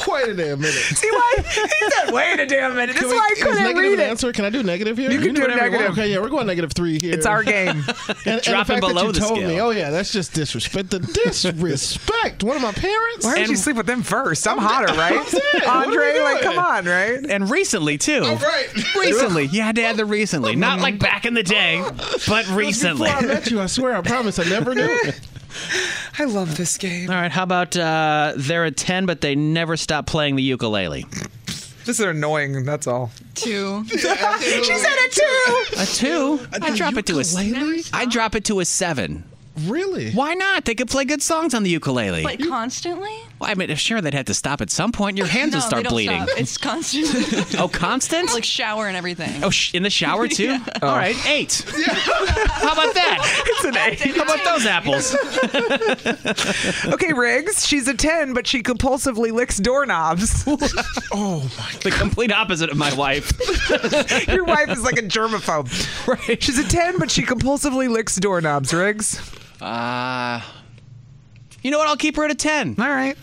J: Wait a damn minute.
B: See why? He said, wait a damn minute. This
J: Can
B: is
J: we-
B: why I
J: is
B: couldn't
J: negative
B: read
J: an
B: it.
J: answer? Can I do negative here?
B: You can do
J: whatever want.
B: negative.
J: Okay, yeah, we're going negative three here.
B: It's our game.
J: And, and the
B: Dropping
J: fact that
B: below
J: you
B: the
J: told
B: scale.
J: me, oh yeah, that's just disrespect. The disrespect. One of my parents.
B: Why did you sleep with them first? I'm hotter, right?
J: saying, what are
B: Andre,
J: we
B: like,
J: doing?
B: come on, right?
C: And recently, too.
J: Oh, right.
C: Recently. Yeah, Dad, the recently. Not like back in the day, but recently.
J: Before I met you, I swear, I promise, I never knew.
B: I love this game.
C: All right, how about uh, they're a 10, but they never stop playing the ukulele?
B: This is annoying, that's all.
Q: Two.
B: She said a two.
C: A 2? I drop it to a s- I drop it to a 7.
J: Really?
C: Why not? They could play good songs on the ukulele.
Q: But constantly?
C: Well, I mean, sure, they'd have to stop at some point. Your hands
Q: no,
C: would
Q: they
C: start
Q: don't
C: bleeding.
Q: Stop. It's constant.
C: Oh, constant?
Q: like shower and everything.
C: Oh, sh- in the shower too. All right, eight. How about that?
B: It's an eight.
C: How about those apples?
B: Okay, Riggs, she's a 10, but she compulsively licks doorknobs.
J: Oh my
C: The complete opposite of my wife.
B: Your wife is like a germaphobe.
C: Right.
B: She's a 10, but she compulsively licks doorknobs, Riggs.
C: Uh, you know what? I'll keep her at a ten.
B: All right.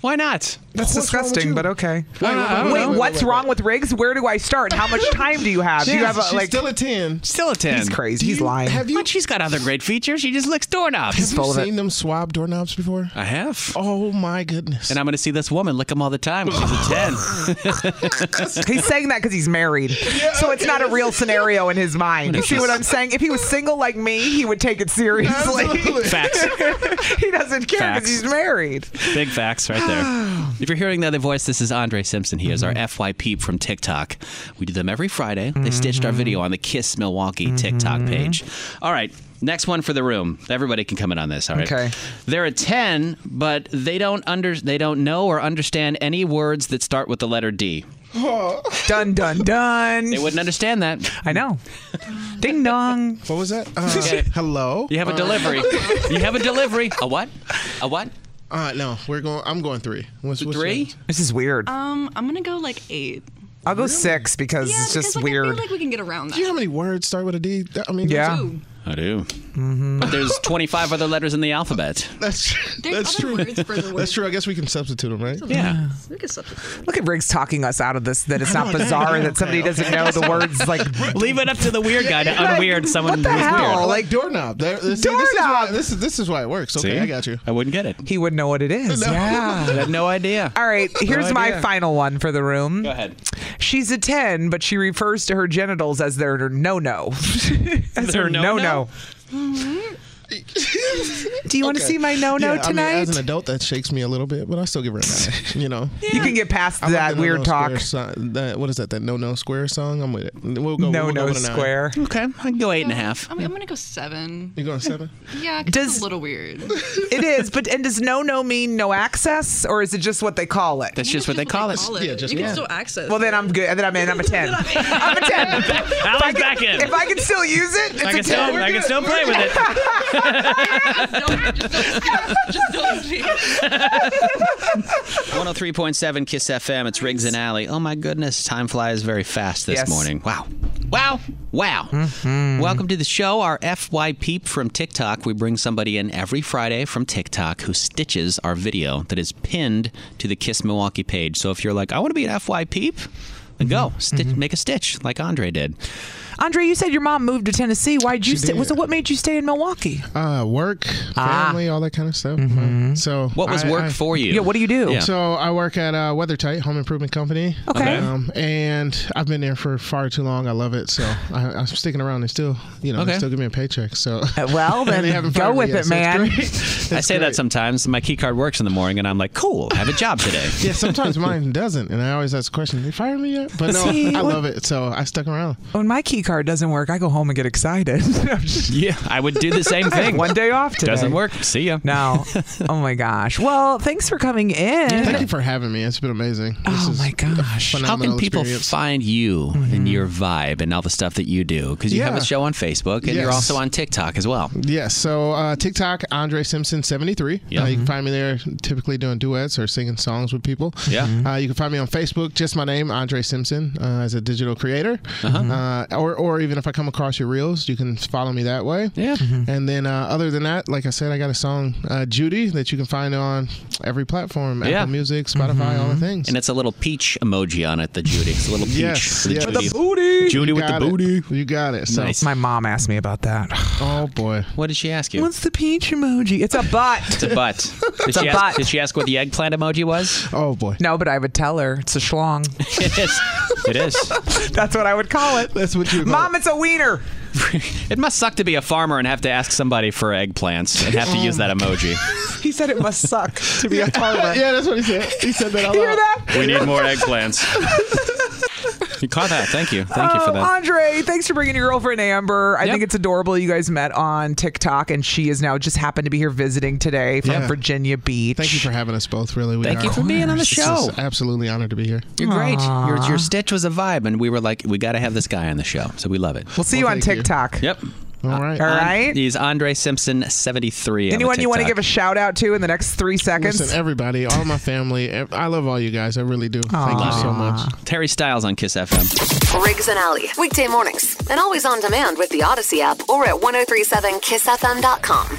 C: Why not?
B: That's
J: What's wrong with
B: disgusting,
J: you?
B: but okay.
J: Wait, wait, wait,
B: Wait,
J: wait, wait,
B: what's
J: wait,
B: wrong with Riggs? Where do I start? How much time do you have? do you
J: Yeah,
B: have a,
J: she's
B: like?
J: still a ten.
C: Still a ten.
B: he's crazy.
J: Do
B: he's
J: you-
B: lying.
J: Have you
C: But she's got other great features. She just licks doorknobs.
J: have you seen them swab doorknobs before?
C: I have.
J: Oh my goodness.
C: And I'm going to see this woman lick them all the time. She's a ten.
B: He's saying that because he's married, so it's not a real scenario in his mind. You see what I'm saying? If he was single like me, he would take it seriously.
J: Absolutely.
C: Facts.
B: he doesn't care
C: Facts.
B: because he's married.
C: Big facts right there. if you're hearing the other voice, this is Andre Simpson. He is
B: Mm-hmm.
C: our FY peep from TikTok. We do them every Friday. They stitched our video on the Kiss
B: Mm-hmm.
C: Milwaukee TikTok page. All right. Next one for the room. Everybody can come in on this. All right.
B: Okay.
C: They're a ten, but they don't under they don't know or understand any words that start with the letter D.
B: Dun dun dun.
C: They wouldn't understand that.
B: I know. Ding dong.
J: What was that? Uh, Hello.
C: You have a
J: Uh,
C: delivery. you have a delivery. A what? A what?
J: Uh, no, we're going. I'm going three. What's, what's
C: Three?
B: This is weird.
Q: Um, I'm gonna go like eight.
B: I'll go six because
Q: Yeah,
B: it's
Q: because,
B: just
Q: like, I
B: weird.
Q: feel like we can get around
J: Do you know
Q: that.
J: how many words start with a D? That- I mean,
B: Yeah.
Q: Ooh,
C: I do. But there's 25 other letters in the alphabet.
J: that's
Q: There's
J: that's
Q: other
J: true.
Q: words for the
J: That's
Q: word.
J: true. I guess we can substitute them, right?
C: Yeah.
Q: we can substitute.
B: Look at Riggs talking us out of this. That it's not
J: know, yeah,
B: bizarre
J: yeah,
B: that somebody
J: okay,
B: doesn't know the words like
C: Leave it up to the weird guy to unweird someone
B: what the
C: who's
B: hell?
C: weird.
J: I
B: Like-
J: like doorknob. There, see, This is, why,
B: Doorknob!
J: this is this is why it works. Okay,
C: See?
J: I got you.
C: I wouldn't get it.
B: he would know what it is.
J: No.
B: Yeah.
C: I have no idea.
B: All right, here's my
C: idea.
B: final one for the room.
C: Go ahead.
B: She's a 10, but she refers to her genitals as their no no. as
I: Their
B: her
I: no-no?
B: no no. Do you want to see my
J: Mm-hmm.
B: no no
J: Yeah, I mean,
B: tonight?
J: as an adult, that shakes me a little bit, but I still give her a nine. You know,
B: You can get past
J: I like
B: that
J: the
B: weird
J: No-No
B: talk.
J: Square Song, that, what is that? That no no square song? I'm with it. We'll go.
B: No
J: we'll go
B: No
J: with a nine.
B: Square.
C: Okay, I can go eight and a half.
Q: I'm, I'm gonna go seven.
J: You going seven?
Q: Yeah, 'cause it's a little weird.
B: it is, but and does no no mean no access, or is it just what they call it? That's
C: just what they call it.
Q: call it. Yeah, just- You can yeah. still access
B: Well, then I'm good. Then I'm in. I'm a ten. I'm a ten. If I
I: Alan's
B: can-
I: back in.
B: If I can still use it, it's
I: I can
B: a
I: still-
B: ten.
I: I can still play with
C: One hundred three point seven Kiss FM. It's Riggs and Alley. Oh my goodness, time flies very fast this
I: Yes.
C: morning. Wow. Wow. Wow. Welcome to the show. Our FY peep from TikTok. We bring somebody in every Friday from TikTok who stitches our video that is pinned to the Kiss Milwaukee page. So if you're like, I want to be an FY peep, then go stitch, make a stitch like Andre did.
B: Andre, you said your mom moved to Tennessee. Why'd you
J: She
B: stay?
J: did.
B: So what made you stay in Milwaukee?
J: Uh, work, family, all that kind of stuff. So
C: What was
J: I-
C: work
J: I-
C: for you? Yeah, what do you do? Yeah.
J: So I work at uh, WeatherTight Home Improvement Company.
C: Okay.
J: Um, and I've been there for far too long. I love it. So I, I'm sticking around. They still, you know,
C: Okay.
J: they still give me a paycheck. So
B: Uh, well,
J: And they
B: then
J: haven't
B: go
J: fired me
B: with
J: yet,
B: it,
J: so it's
B: man.
J: great.
C: I say that sometimes. My key card works in the morning, and I'm like, cool, I have a job today.
J: yeah, sometimes mine doesn't, and I always ask the question: They fire me yet? But no,
B: See,
J: I
B: what-
J: love it, so I stuck around.
B: When my key card doesn't work, I go home and get excited.
C: yeah, I would do the same
B: I have
C: thing.
B: one day off today.
C: Doesn't work. See ya.
B: No. Oh my gosh. Well, thanks for coming in.
J: Thank you for having me. It's been amazing. oh my
B: gosh!
C: How can people find you and your vibe and all the stuff that you do? Because you have
J: Mm-hmm. Yeah.
C: a show on Facebook and you're
J: Yes.
C: also on TikTok as well.
J: Yeah, so uh, TikTok, Andre Simpson seventy three.
C: Yeah. Mm-hmm.
J: Uh, you can find me there, typically doing duets or singing songs with people.
C: Yeah.
J: uh, you can find me on Facebook, just my name, Andre Simpson, uh, as a digital creator.
C: Uh-huh.
J: Uh, or, or even if I come across your reels, you can follow me that way.
C: Yeah. Mm-hmm.
J: And then uh, other than that, like I said, I got a song, uh, Judy, that you can find on every platform:
C: Yeah. Mm-hmm.
J: Apple Music, Spotify, all the things.
C: And it's a little peach emoji on it, the Judy. It's a little peach
J: Yes,
C: for the
J: yes.
C: Judy.
J: With the booty.
C: Judy
J: You
C: with the
J: got it.
C: booty.
J: You got it. So-
C: Nice.
B: My mom asked me about that.
J: Oh boy.
C: What did she ask you?
B: What's the peach emoji? It's a butt.
C: It's a butt. Did,
B: It's
C: she
B: a
C: ask,
B: butt.
C: did she ask what the eggplant emoji was?
J: Oh boy.
B: No, but I would tell her it's a schlong.
C: It is. It is.
B: That's what I would call it.
J: That's what you.
B: Mom, it's a wiener.
C: It must suck to be a farmer and have to ask somebody for eggplants and have to
B: Oh
C: use that emoji.
B: He said it must suck to be a farmer.
J: yeah, that's what he said. He said that. Out
B: You
J: loud.
B: hear that?
C: We need more eggplants. You caught that. Thank you. Thank you for
B: Oh,
C: that.
B: Andre, thanks for bringing your girlfriend Amber. I think it's adorable you guys met on TikTok, and she is now just happened to be here visiting today from
J: Yeah.
B: Virginia Beach.
J: Thank you for having us both. Really, we
C: Thank
J: are-
C: you for being on the
J: It's
C: show.
J: just absolutely honored to be here.
C: You're great. Your,
J: Aw.
C: your stitch was a vibe, and we were like, we got to have this guy on the show. So we love it.
B: We'll see you on TikTok.
C: Yep.
J: All right.
B: All right.
C: He's Andre Simpson, 73. on the
B: Anyone you want to
C: TikTok.
B: give a shout out to in the next three seconds?
J: Listen, everybody, all my family, ev- I love all you guys. I really do. Thank you so much.
C: Terry Styles on Kiss FM.
A: Riggs and Alley, weekday mornings, and always on demand with the Odyssey app or at 1037kissfm.com.